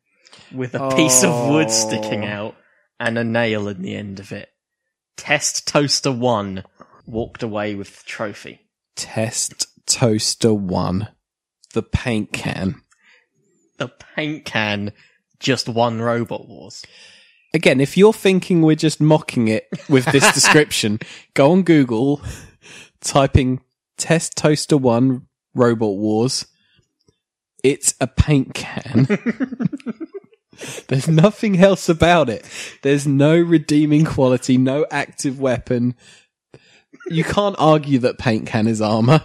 Speaker 5: with a piece of
Speaker 4: Oh.
Speaker 5: wood sticking out and a nail in the end of it. Test Toaster 1 walked away with the trophy.
Speaker 4: Test Toaster 1, the paint can.
Speaker 5: The paint can just won Robot Wars.
Speaker 4: Again, if you're thinking we're just mocking it with this description, go on Google, typing Test Toaster 1 Robot Wars. It's a paint can. There's nothing else about it. There's no redeeming quality, no active weapon. You can't argue that paint can is armor.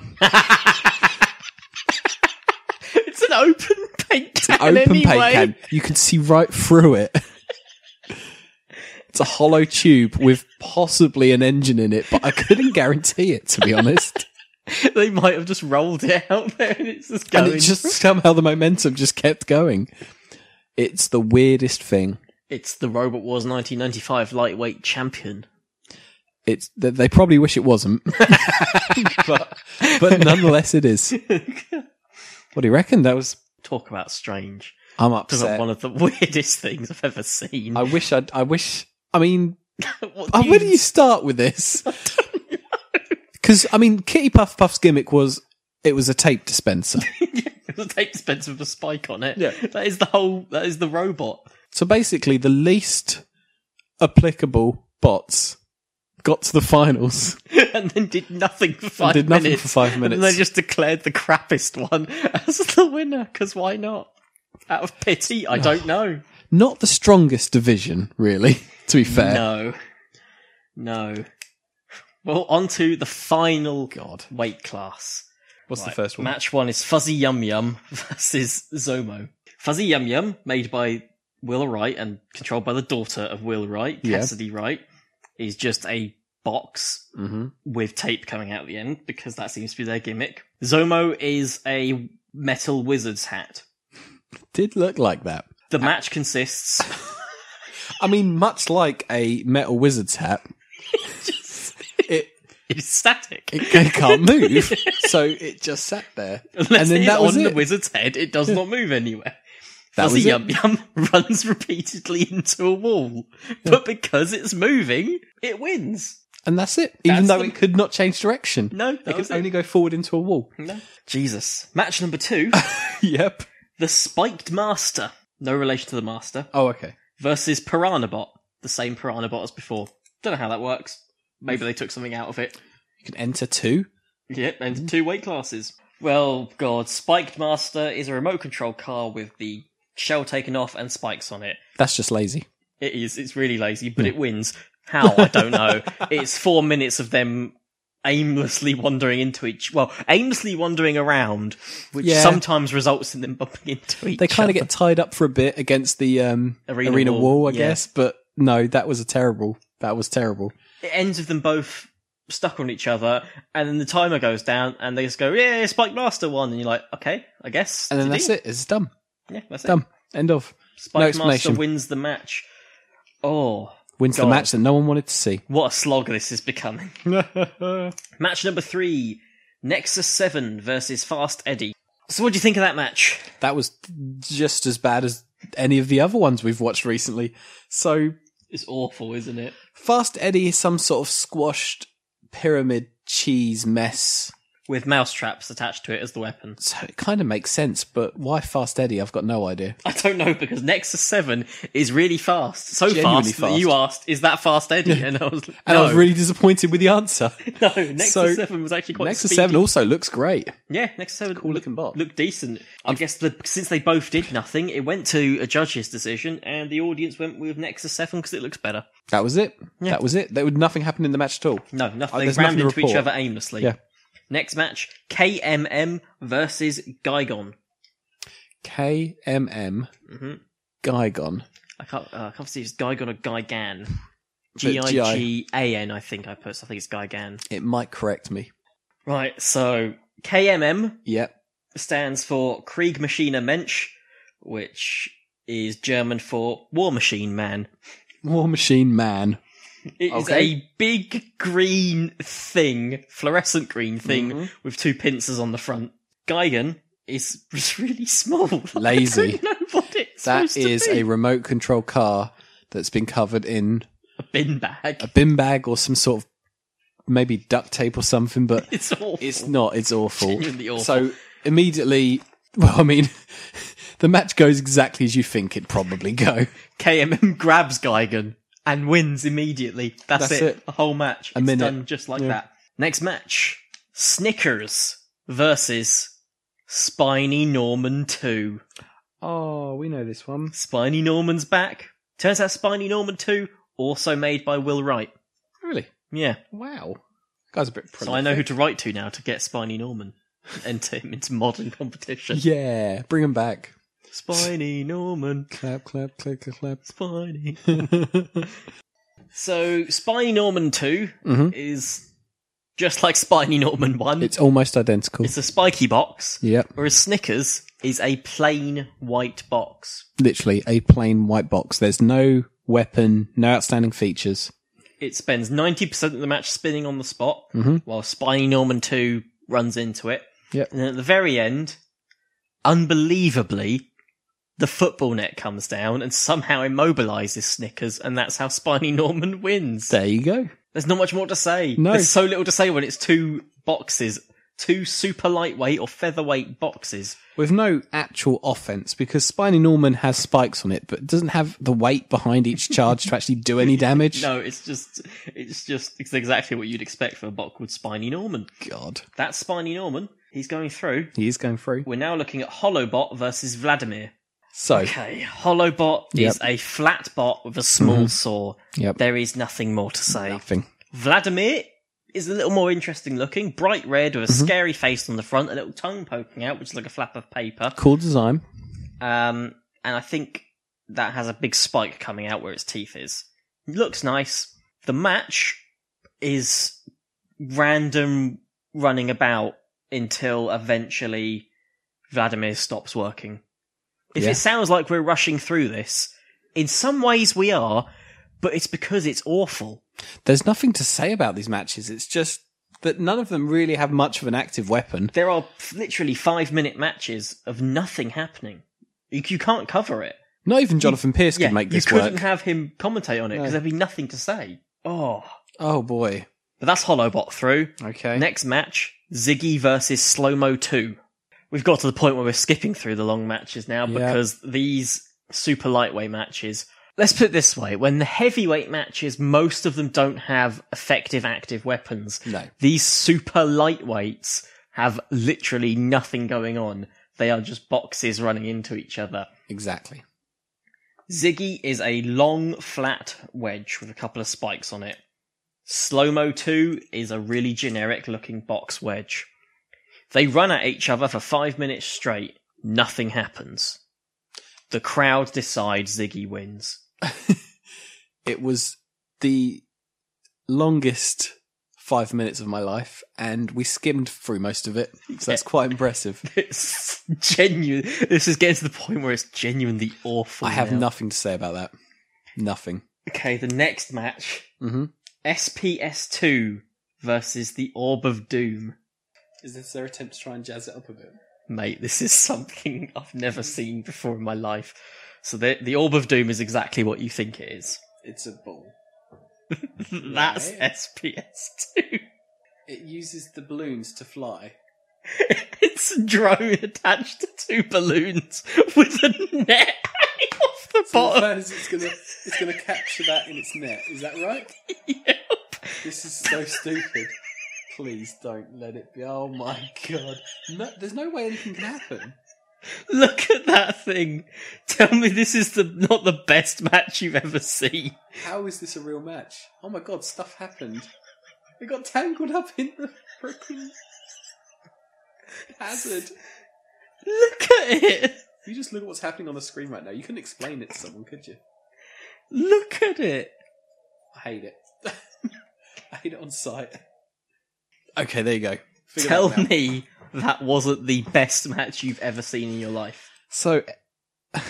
Speaker 5: It's an open paint can
Speaker 4: open
Speaker 5: anyway.
Speaker 4: paint can. You can see right through it. it's a hollow tube with possibly an engine in it, but I couldn't guarantee it to be honest.
Speaker 5: They might have just rolled it out there and it's just
Speaker 4: and
Speaker 5: going.
Speaker 4: it just somehow the momentum just kept going. It's the weirdest thing.
Speaker 5: It's the Robot Wars 1995 lightweight champion.
Speaker 4: It's th- they probably wish it wasn't, but but nonetheless it is. What do you reckon? That was
Speaker 5: Talk about strange.
Speaker 4: I'm
Speaker 5: This
Speaker 4: upset.
Speaker 5: is one of the weirdest things I've ever seen.
Speaker 4: I wish I'd, I wish. I mean,
Speaker 5: What
Speaker 4: Uh,
Speaker 5: do
Speaker 4: where do you start with this? Because I mean, Kitty Puff Puff's gimmick was it was a tape dispenser.
Speaker 5: the tape dispenser with a spike on it. Yeah. That is the whole, that is the robot.
Speaker 4: so basically, the least applicable bots got to the finals.
Speaker 5: and then did nothing for five
Speaker 4: did
Speaker 5: minutes.
Speaker 4: nothing for five
Speaker 5: And they
Speaker 4: minutes.
Speaker 5: just declared the crappiest one as the winner, because why not? Out of pity, I don't know.
Speaker 4: Not the strongest division, really. To be fair,
Speaker 5: No. No. Well, on to the final
Speaker 4: God.
Speaker 5: weight class.
Speaker 4: what's the
Speaker 5: Right,
Speaker 4: first one?
Speaker 5: Match one is Fuzzy Yum Yum versus Zomo. Fuzzy Yum Yum, made by Will Wright and controlled by the daughter of Will Wright,
Speaker 4: Yeah.
Speaker 5: Cassidy Wright, is just a box with tape coming out at the end because that seems to be their gimmick. Zomo is a metal wizard's hat.
Speaker 4: Did look like that.
Speaker 5: The match consists.
Speaker 4: I mean, much like a metal wizard's hat, it
Speaker 5: It's static.
Speaker 4: it, it can't move, so it just sat there.
Speaker 5: Unless
Speaker 4: and then
Speaker 5: it is
Speaker 4: that was
Speaker 5: on the
Speaker 4: it.
Speaker 5: wizard's head, it does not move anywhere.
Speaker 4: That
Speaker 5: Fuzzy
Speaker 4: was it.
Speaker 5: Yum Yum runs repeatedly into a wall, but because it's moving, it wins.
Speaker 4: and that's it. Even
Speaker 5: That's
Speaker 4: though
Speaker 5: the-
Speaker 4: it could not change direction.
Speaker 5: No, that
Speaker 4: it could
Speaker 5: was it.
Speaker 4: only go forward into a wall.
Speaker 5: Jesus. Match number two
Speaker 4: yep.
Speaker 5: The Spiked Master, no relation to the Master,
Speaker 4: Oh, okay.
Speaker 5: versus Piranabot, the same Piranabot as before. Don't know how that works. Maybe they took something out of it.
Speaker 4: You can enter two.
Speaker 5: Yep,
Speaker 4: Mm-hmm.
Speaker 5: and two weight classes. Well, God, Spiked Master is a remote control car with the shell taken off and spikes on it.
Speaker 4: That's just lazy.
Speaker 5: It is. It's really lazy, but it wins. How I don't know. it's four minutes of them aimlessly wandering into each. Well, aimlessly wandering around, which
Speaker 4: Yeah.
Speaker 5: sometimes results in them bumping into each.
Speaker 4: They kind
Speaker 5: other.
Speaker 4: of get tied up for a bit against the um,
Speaker 5: Arena
Speaker 4: arena,
Speaker 5: wall,
Speaker 4: wall, I
Speaker 5: yeah.
Speaker 4: guess. But no, that was a terrible. That was terrible.
Speaker 5: It ends with them both stuck on each other, and then the timer goes down, and they just go, "Yeah, Spike Master won," and you're like, "Okay, I guess."
Speaker 4: And then
Speaker 5: Did
Speaker 4: that's
Speaker 5: he?
Speaker 4: it. It's done.
Speaker 5: Yeah, that's
Speaker 4: Done. End of.
Speaker 5: it.
Speaker 4: no
Speaker 5: Spike Master
Speaker 4: explanation.
Speaker 5: wins the match. Oh,
Speaker 4: Wins
Speaker 5: God.
Speaker 4: the match that no one wanted to see.
Speaker 5: what a slog this is becoming. match number three: Nexus Seven versus Fast Eddie. So, what do you think of that match?
Speaker 4: That was just as bad as any of the other ones we've watched recently. So
Speaker 5: It's awful, isn't it?
Speaker 4: Fast Eddie is some sort of squashed pyramid cheese mess.
Speaker 5: With mousetraps attached to it as the weapon.
Speaker 4: So it kind of makes sense, but why Fast Eddie? I've got no idea.
Speaker 5: I don't know because Nexus 7 is really fast. So
Speaker 4: Genuinely
Speaker 5: fast, that you
Speaker 4: fast.
Speaker 5: asked, is that fast Eddie? And I was like,
Speaker 4: And
Speaker 5: no,
Speaker 4: I was really disappointed with the answer.
Speaker 5: no, Nexus
Speaker 4: so-
Speaker 5: 7 was actually quite
Speaker 4: Nexus
Speaker 5: speedy.
Speaker 4: 7 also looks great.
Speaker 5: Yeah, Nexus 7
Speaker 4: cool looking
Speaker 5: looked,
Speaker 4: bot.
Speaker 5: looked decent. I guess the, since they both did nothing, it went to a judge's decision and the audience went with Nexus 7 because it looks better.
Speaker 4: That was it. That was it. There would nothing happen in the match at all.
Speaker 5: No, nothing.
Speaker 4: Oh,
Speaker 5: they
Speaker 4: there's nothing
Speaker 5: rammed
Speaker 4: to
Speaker 5: into each
Speaker 4: report.
Speaker 5: other aimlessly.
Speaker 4: Yeah.
Speaker 5: Next match KMM versus Gigon. Mm-hmm.
Speaker 4: KMM Gigon.
Speaker 5: I can't, uh, I can't see it's Gigan or Gigan. G
Speaker 6: But
Speaker 5: I
Speaker 6: G I.
Speaker 5: G A N, I think I put. I think it's Gigan.
Speaker 6: It might correct me.
Speaker 5: Right, so KMM
Speaker 6: Yep.
Speaker 5: stands for Kriegmaschine Mensch, which is German for War Machine Man.
Speaker 4: War Machine Man.
Speaker 5: It is
Speaker 6: Okay.
Speaker 5: a big green thing, fluorescent green thing,
Speaker 6: Mm-hmm.
Speaker 5: with two pincers on the front. Gigan is just really small.
Speaker 6: Lazy.
Speaker 5: I don't know what it's
Speaker 6: That
Speaker 5: supposed to
Speaker 6: is
Speaker 5: be.
Speaker 6: a remote control car that's been covered in
Speaker 5: a bin bag.
Speaker 6: a bin bag or some sort of maybe duct tape or something, but
Speaker 5: It's all.
Speaker 6: It's not. It's awful.
Speaker 5: Genuinely awful.
Speaker 6: So immediately, well, I mean, the match goes exactly as you think it'd probably go,
Speaker 5: KMM grabs Gigan and wins immediately. That's,
Speaker 6: That's
Speaker 5: it.
Speaker 6: it.
Speaker 5: The whole match.
Speaker 6: A
Speaker 5: it's
Speaker 6: minute.
Speaker 5: done just like that. Next match Snickers versus Spiny Norman 2.
Speaker 4: Oh, we know this one.
Speaker 5: Spiny Norman's back. Turns out Spiny Norman 2, also made by Will Wright.
Speaker 4: Really?
Speaker 5: Yeah.
Speaker 4: Wow. Guy's a bit
Speaker 5: So I know who to write to now to get Spiny Norman and enter him into modern competition.
Speaker 6: Yeah, bring them back.
Speaker 5: Spiny Norman.
Speaker 6: Clap, clap, clap, clap, clap.
Speaker 5: Spiny. so Spiny Norman 2 is just like Spiny Norman 1.
Speaker 6: Mm-hmm. It's almost identical.
Speaker 5: It's a spiky box.
Speaker 6: Yep.
Speaker 5: Whereas Snickers is a plain white box.
Speaker 6: Literally a plain white box. There's no weapon, no outstanding features.
Speaker 5: It spends 90% of the match spinning on the spot,
Speaker 6: Mm-hmm.
Speaker 5: while Spiny Norman 2 runs into it.
Speaker 6: Yep.
Speaker 5: And then at the very end, unbelievably, the football net comes down and somehow immobilizes Snickers, and that's how Spiny Norman wins.
Speaker 6: There you go.
Speaker 5: There's not much more to say.
Speaker 6: No.
Speaker 5: There's so little to say when it's two boxes, two super lightweight or featherweight boxes.
Speaker 6: With no actual offense, because Spiny Norman has spikes on it, but doesn't have the weight behind each charge to actually do any damage.
Speaker 5: No, it's just, it's just, it's exactly what you'd expect from a bot called Spiny Norman.
Speaker 6: God.
Speaker 5: That's Spiny Norman. He's going through.
Speaker 6: He is going through.
Speaker 5: We're now looking at Hollowbot versus Vladimir.
Speaker 6: So,
Speaker 5: Okay, Hollowbot is a flat bot with a small saw.
Speaker 6: Yep.
Speaker 5: There is nothing more to say.
Speaker 6: nothing.
Speaker 5: Vladimir is a little more interesting looking, bright red with a scary face on the front, a little tongue poking out, which is like a flap of paper.
Speaker 6: Cool design.
Speaker 5: Um, and I think that has a big spike coming out where its teeth is. Looks nice. The match is random running about until eventually Vladimir stops working. If
Speaker 6: Yeah.
Speaker 5: it sounds like we're rushing through this, in some ways we are, but it's because it's awful.
Speaker 6: There's nothing to say about these matches. It's just that none of them really have much of an active weapon.
Speaker 5: There are f- literally five minute matches of nothing happening. You, you can't cover it.
Speaker 6: Not even Jonathan Pierce could make this
Speaker 5: you couldn't
Speaker 6: work.
Speaker 5: have him commentate on it because there'd be nothing to say. Oh,
Speaker 6: oh boy.
Speaker 5: but that's Hollowbot through.
Speaker 6: Okay.
Speaker 5: Next match: Ziggy versus Slow Mo Two. We've got to the point where we're skipping through the long matches now because these super lightweight matches. Let's put it this way: when the heavyweight matches, most of them don't have effective active weapons.
Speaker 6: No.
Speaker 5: These super lightweights have literally nothing going on. They are just boxes running into each other.
Speaker 6: Exactly.
Speaker 5: Ziggy is a long, flat wedge with a couple of spikes on it. Slow Mo 2 is a really generic looking box wedge. They run at each other for five minutes straight. Nothing happens. The crowd decides Ziggy wins.
Speaker 6: It was the longest five minutes of my life, and we skimmed through most of it. So that's quite impressive.
Speaker 5: It's genuine. This is getting to the point where it's genuinely awful.
Speaker 6: I have
Speaker 5: now.
Speaker 6: nothing to say about that. Nothing.
Speaker 5: Okay, the next match
Speaker 6: Mhm.
Speaker 5: SPS2 versus the Orb of Doom.
Speaker 4: Is this their attempt to try and jazz it up a bit?
Speaker 5: mate, this is something I've never seen before in my life. So the the Orb of Doom is exactly what you think it is.
Speaker 4: It's a ball.
Speaker 5: That's SPS two.
Speaker 4: It uses the balloons to fly.
Speaker 5: It's a drone attached to two balloons with a net hanging off the
Speaker 4: The
Speaker 5: bottom.
Speaker 4: plan is it's gonna it's gonna capture that in its net. Is that right?
Speaker 5: Yep.
Speaker 4: This is so stupid. Please don't let it be. Oh my god! No, there's no way anything can happen.
Speaker 5: Look at that thing. Tell me this is the not the best match you've ever seen.
Speaker 4: How is this a real match? Oh my god! Stuff happened. It got tangled up in the freaking hazard.
Speaker 5: Look at it.
Speaker 4: You just look at what's happening on the screen right now. You couldn't explain it to someone, could you?
Speaker 5: Look at it.
Speaker 7: I hate it. I hate it on sight. Okay, there you go. Figure
Speaker 5: Tell
Speaker 7: that one out.
Speaker 5: me that wasn't the best match you've ever seen in your life.
Speaker 4: So,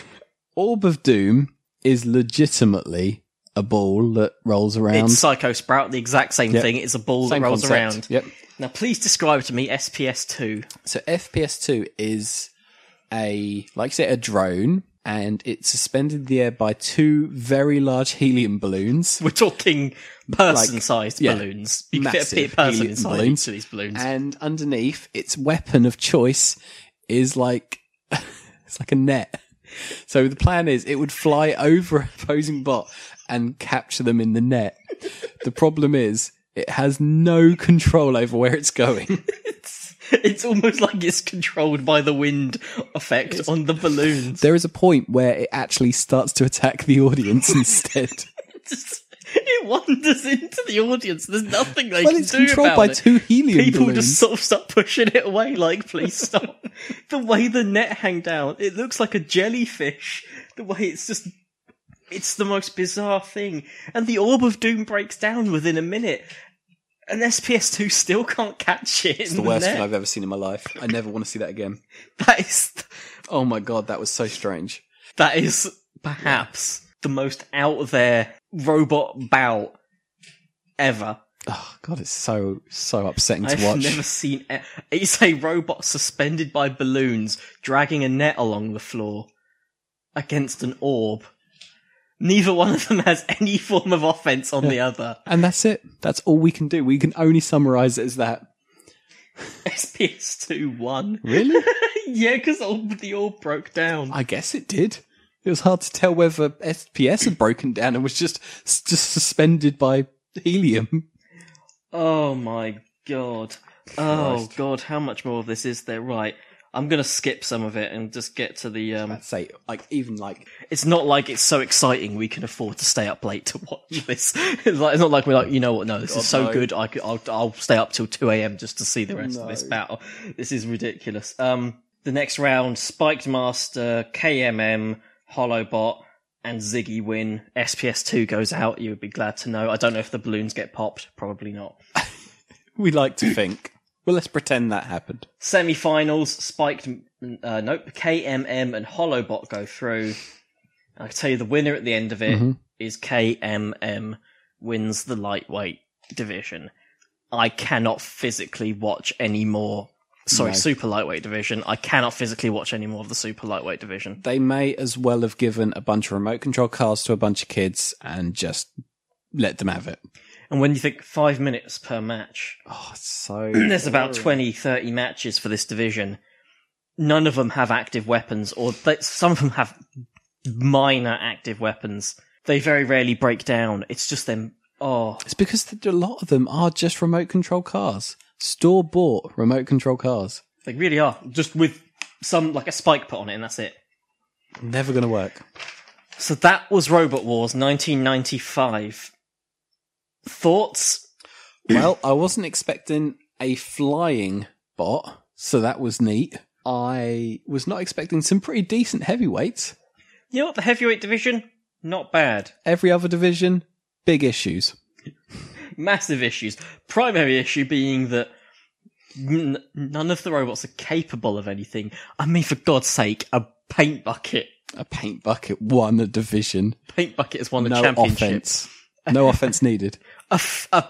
Speaker 4: Orb of Doom is legitimately a ball that rolls around.
Speaker 5: It's Psycho Sprout, the exact same
Speaker 4: Yep.
Speaker 5: thing. It's a ball
Speaker 7: Same
Speaker 5: that rolls
Speaker 7: concept.
Speaker 5: around.
Speaker 4: Yep.
Speaker 5: Now, please describe to me SPS2.
Speaker 4: So FPS2 is a, like you say, a drone, and it's suspended in the air by two very large helium balloons.
Speaker 5: We're talking person sized
Speaker 4: yeah,
Speaker 5: balloons. You can fit a
Speaker 4: massive
Speaker 5: big person
Speaker 4: helium
Speaker 5: inside
Speaker 4: balloons.
Speaker 5: each of these balloons.
Speaker 4: And underneath, its weapon of choice is like it's like a net. So the plan is it would fly over an opposing bot and capture them in the net. The problem is it has no control over where it's going.
Speaker 5: it's almost like it's controlled by the wind effect on the balloons.
Speaker 4: There is a point where it actually starts to attack the audience instead.
Speaker 5: Just- it wanders into the audience. There's nothing they
Speaker 4: well,
Speaker 5: can
Speaker 4: it's
Speaker 5: do
Speaker 4: controlled
Speaker 5: about
Speaker 4: by
Speaker 5: it.
Speaker 4: two helium
Speaker 5: People
Speaker 4: balloons.
Speaker 5: just sort of start pushing it away, like, please stop. the way the net hang down, it looks like a jellyfish. The way it's just, it's the most bizarre thing. And the Orb of Doom breaks down within a minute. And SPS2 still can't catch it.
Speaker 4: It's the worst thing I've ever seen in my life. I never want to see that again.
Speaker 5: That is,
Speaker 4: Oh my god, that was so strange.
Speaker 5: that is perhaps the most out there robot bout ever.
Speaker 4: Oh god, it's so so upsetting to
Speaker 5: I've
Speaker 4: watch.
Speaker 5: never seen it. It's a robot suspended by balloons, dragging a net along the floor against an orb. Neither one of them has any form of offense on the other.
Speaker 4: And that's it. That's all we can do. We can only summarize it as that.
Speaker 5: SPS two one.
Speaker 4: Really?
Speaker 5: yeah, because the orb broke down.
Speaker 4: I guess it did. It was hard to tell whether SPS had broken down and was just just suspended by helium.
Speaker 5: Oh my god. Oh god, how much more of this is there? Right. I'm gonna skip some of it and just get to the um
Speaker 4: I'd say, like even like
Speaker 5: it's not like it's so exciting we can afford to stay up late to watch this. it's, like, it's not like we're like, you know what? No, this is so good. I could, I'll, I'll stay up till 2 a.m. just to see the rest of this battle. This is ridiculous. Um, the next round, Spiked Master, KMM, Hollowbot, and Ziggy win. SPS2 goes out. You would be glad to know. I don't know if the balloons get popped. Probably not.
Speaker 4: we like to think. Well, let's pretend that happened.
Speaker 5: Semi-finals, Spiked, uh, nope, KMM and Hollowbot go through. I can tell you the winner at the end of it is KMM wins the lightweight division. I cannot physically watch any more. Sorry, super lightweight division. I cannot physically watch any more of the super lightweight division.
Speaker 4: They may as well have given a bunch of remote control cars to a bunch of kids and just let them have it.
Speaker 5: And when you think five minutes per match,
Speaker 4: Oh, it's so
Speaker 5: there's about 20, 30 matches for this division. None of them have active weapons, or th- some of them have minor active weapons. They very rarely break down. It's just them. Oh,
Speaker 4: It's because th- a lot of them are just remote control cars, store bought remote control cars.
Speaker 5: they really are. Just with some, like a spike put on it, and that's it.
Speaker 4: Never going to work.
Speaker 5: So that was Robot Wars 1995. Thoughts?
Speaker 4: well, I wasn't expecting a flying bot, so that was neat. I was not expecting some pretty decent heavyweights.
Speaker 5: You know what? The heavyweight division? Not bad.
Speaker 4: Every other division, big issues.
Speaker 5: massive issues. Primary issue being that n- none of the robots are capable of anything. I mean, for God's sake, a paint bucket.
Speaker 4: A paint bucket won a division.
Speaker 5: Paint bucket has won the
Speaker 4: No
Speaker 5: championship.
Speaker 4: offense. No offense needed.
Speaker 5: A, f- a,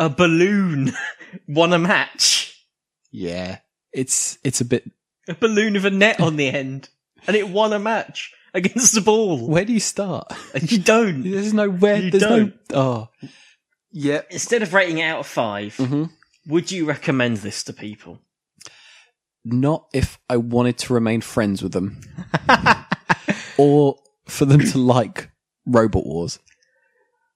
Speaker 5: a balloon won a match.
Speaker 4: Yeah. It's it's a bit
Speaker 5: A balloon with a net on the end. And it won a match against the ball.
Speaker 4: where do you start?
Speaker 5: And you don't.
Speaker 4: There's no where
Speaker 5: You
Speaker 4: there's
Speaker 5: don't.
Speaker 4: no oh. Yeah.
Speaker 5: Instead of rating it out of 5
Speaker 4: Mm-hmm.
Speaker 5: would you recommend this to people?
Speaker 4: not if I wanted to remain friends with them or for them to like Robot Wars.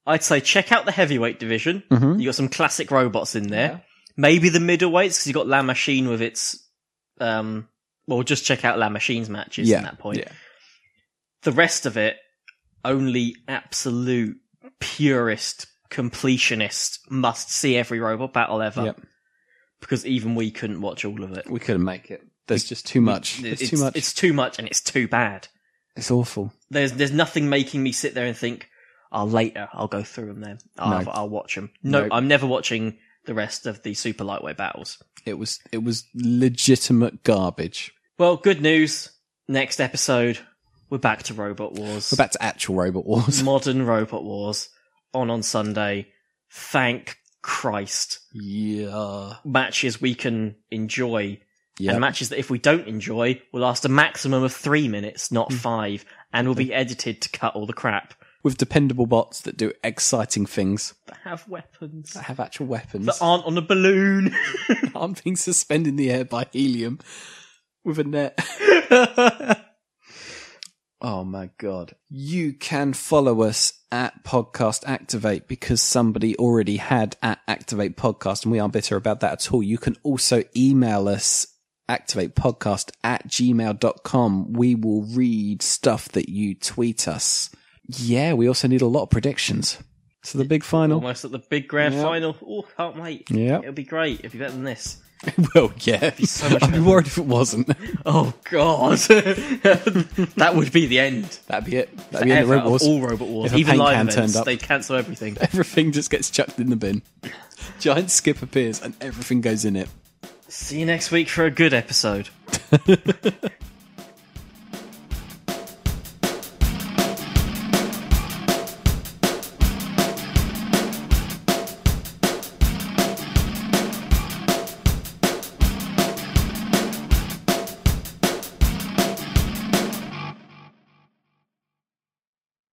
Speaker 5: I'd say check out the heavyweight division.
Speaker 4: Mm-hmm.
Speaker 5: You got some classic robots in there. Maybe the middleweights because you got La Machine with its. Um, well, just check out La Machine's matches
Speaker 4: Yeah,
Speaker 5: at that point.
Speaker 4: yeah.
Speaker 5: The rest of it, only absolute purist completionist must see every robot battle ever.
Speaker 4: Yep.
Speaker 5: Because even we couldn't watch all of it.
Speaker 4: We couldn't make it. There's just too much. It's, too much.
Speaker 5: It's
Speaker 4: It's,
Speaker 5: too much, and it's too bad.
Speaker 4: awful.
Speaker 5: There's there's nothing making me sit there and think, are later. I'll go through them then. I'll, I'll watch them. no,
Speaker 4: Nope.
Speaker 5: I'm never watching the rest of the super lightweight battles.
Speaker 4: It was it was legitimate garbage.
Speaker 5: Well, good news. Next episode, we're back to Robot Wars.
Speaker 4: We're back to actual Robot Wars.
Speaker 5: Modern Robot Wars on on Sunday. Thank Christ.
Speaker 4: yeah.
Speaker 5: Matches we can enjoy
Speaker 4: Yeah.
Speaker 5: and matches that if we don't enjoy will last a maximum of three minutes,
Speaker 4: Hmm.
Speaker 5: not five, and will be edited to cut all the crap.
Speaker 4: With dependable bots that do exciting things.
Speaker 5: That have weapons.
Speaker 4: That have actual weapons.
Speaker 5: That aren't on a balloon.
Speaker 4: I'm being suspended in the air by helium with a net. oh my god. You can follow us at Podcast Activate because somebody already had at Activate Podcast and we aren't bitter about that at all. You can also email us activatepodcast at gmail.com. We will read stuff that you tweet us. Yeah, we also need a lot of predictions. So the big final.
Speaker 5: Almost at the big grand final. Oh, can't wait.
Speaker 4: Yeah.
Speaker 5: It'll be great. It'll be better than this.
Speaker 4: Well, yeah.
Speaker 5: so much
Speaker 4: I'd be
Speaker 5: better.
Speaker 4: worried if it wasn't.
Speaker 5: Oh, God. that would be the end.
Speaker 4: That'd be it. That'd be it.
Speaker 5: Forever
Speaker 4: Robot
Speaker 5: of
Speaker 4: Wars.
Speaker 5: all Robot Wars.
Speaker 4: If a
Speaker 5: Even
Speaker 4: paint
Speaker 5: live
Speaker 4: can
Speaker 5: events.
Speaker 4: turned up.
Speaker 5: They cancel everything.
Speaker 4: Everything just gets chucked in the bin. Giant skip appears and everything goes in it.
Speaker 5: See you next week for a good episode.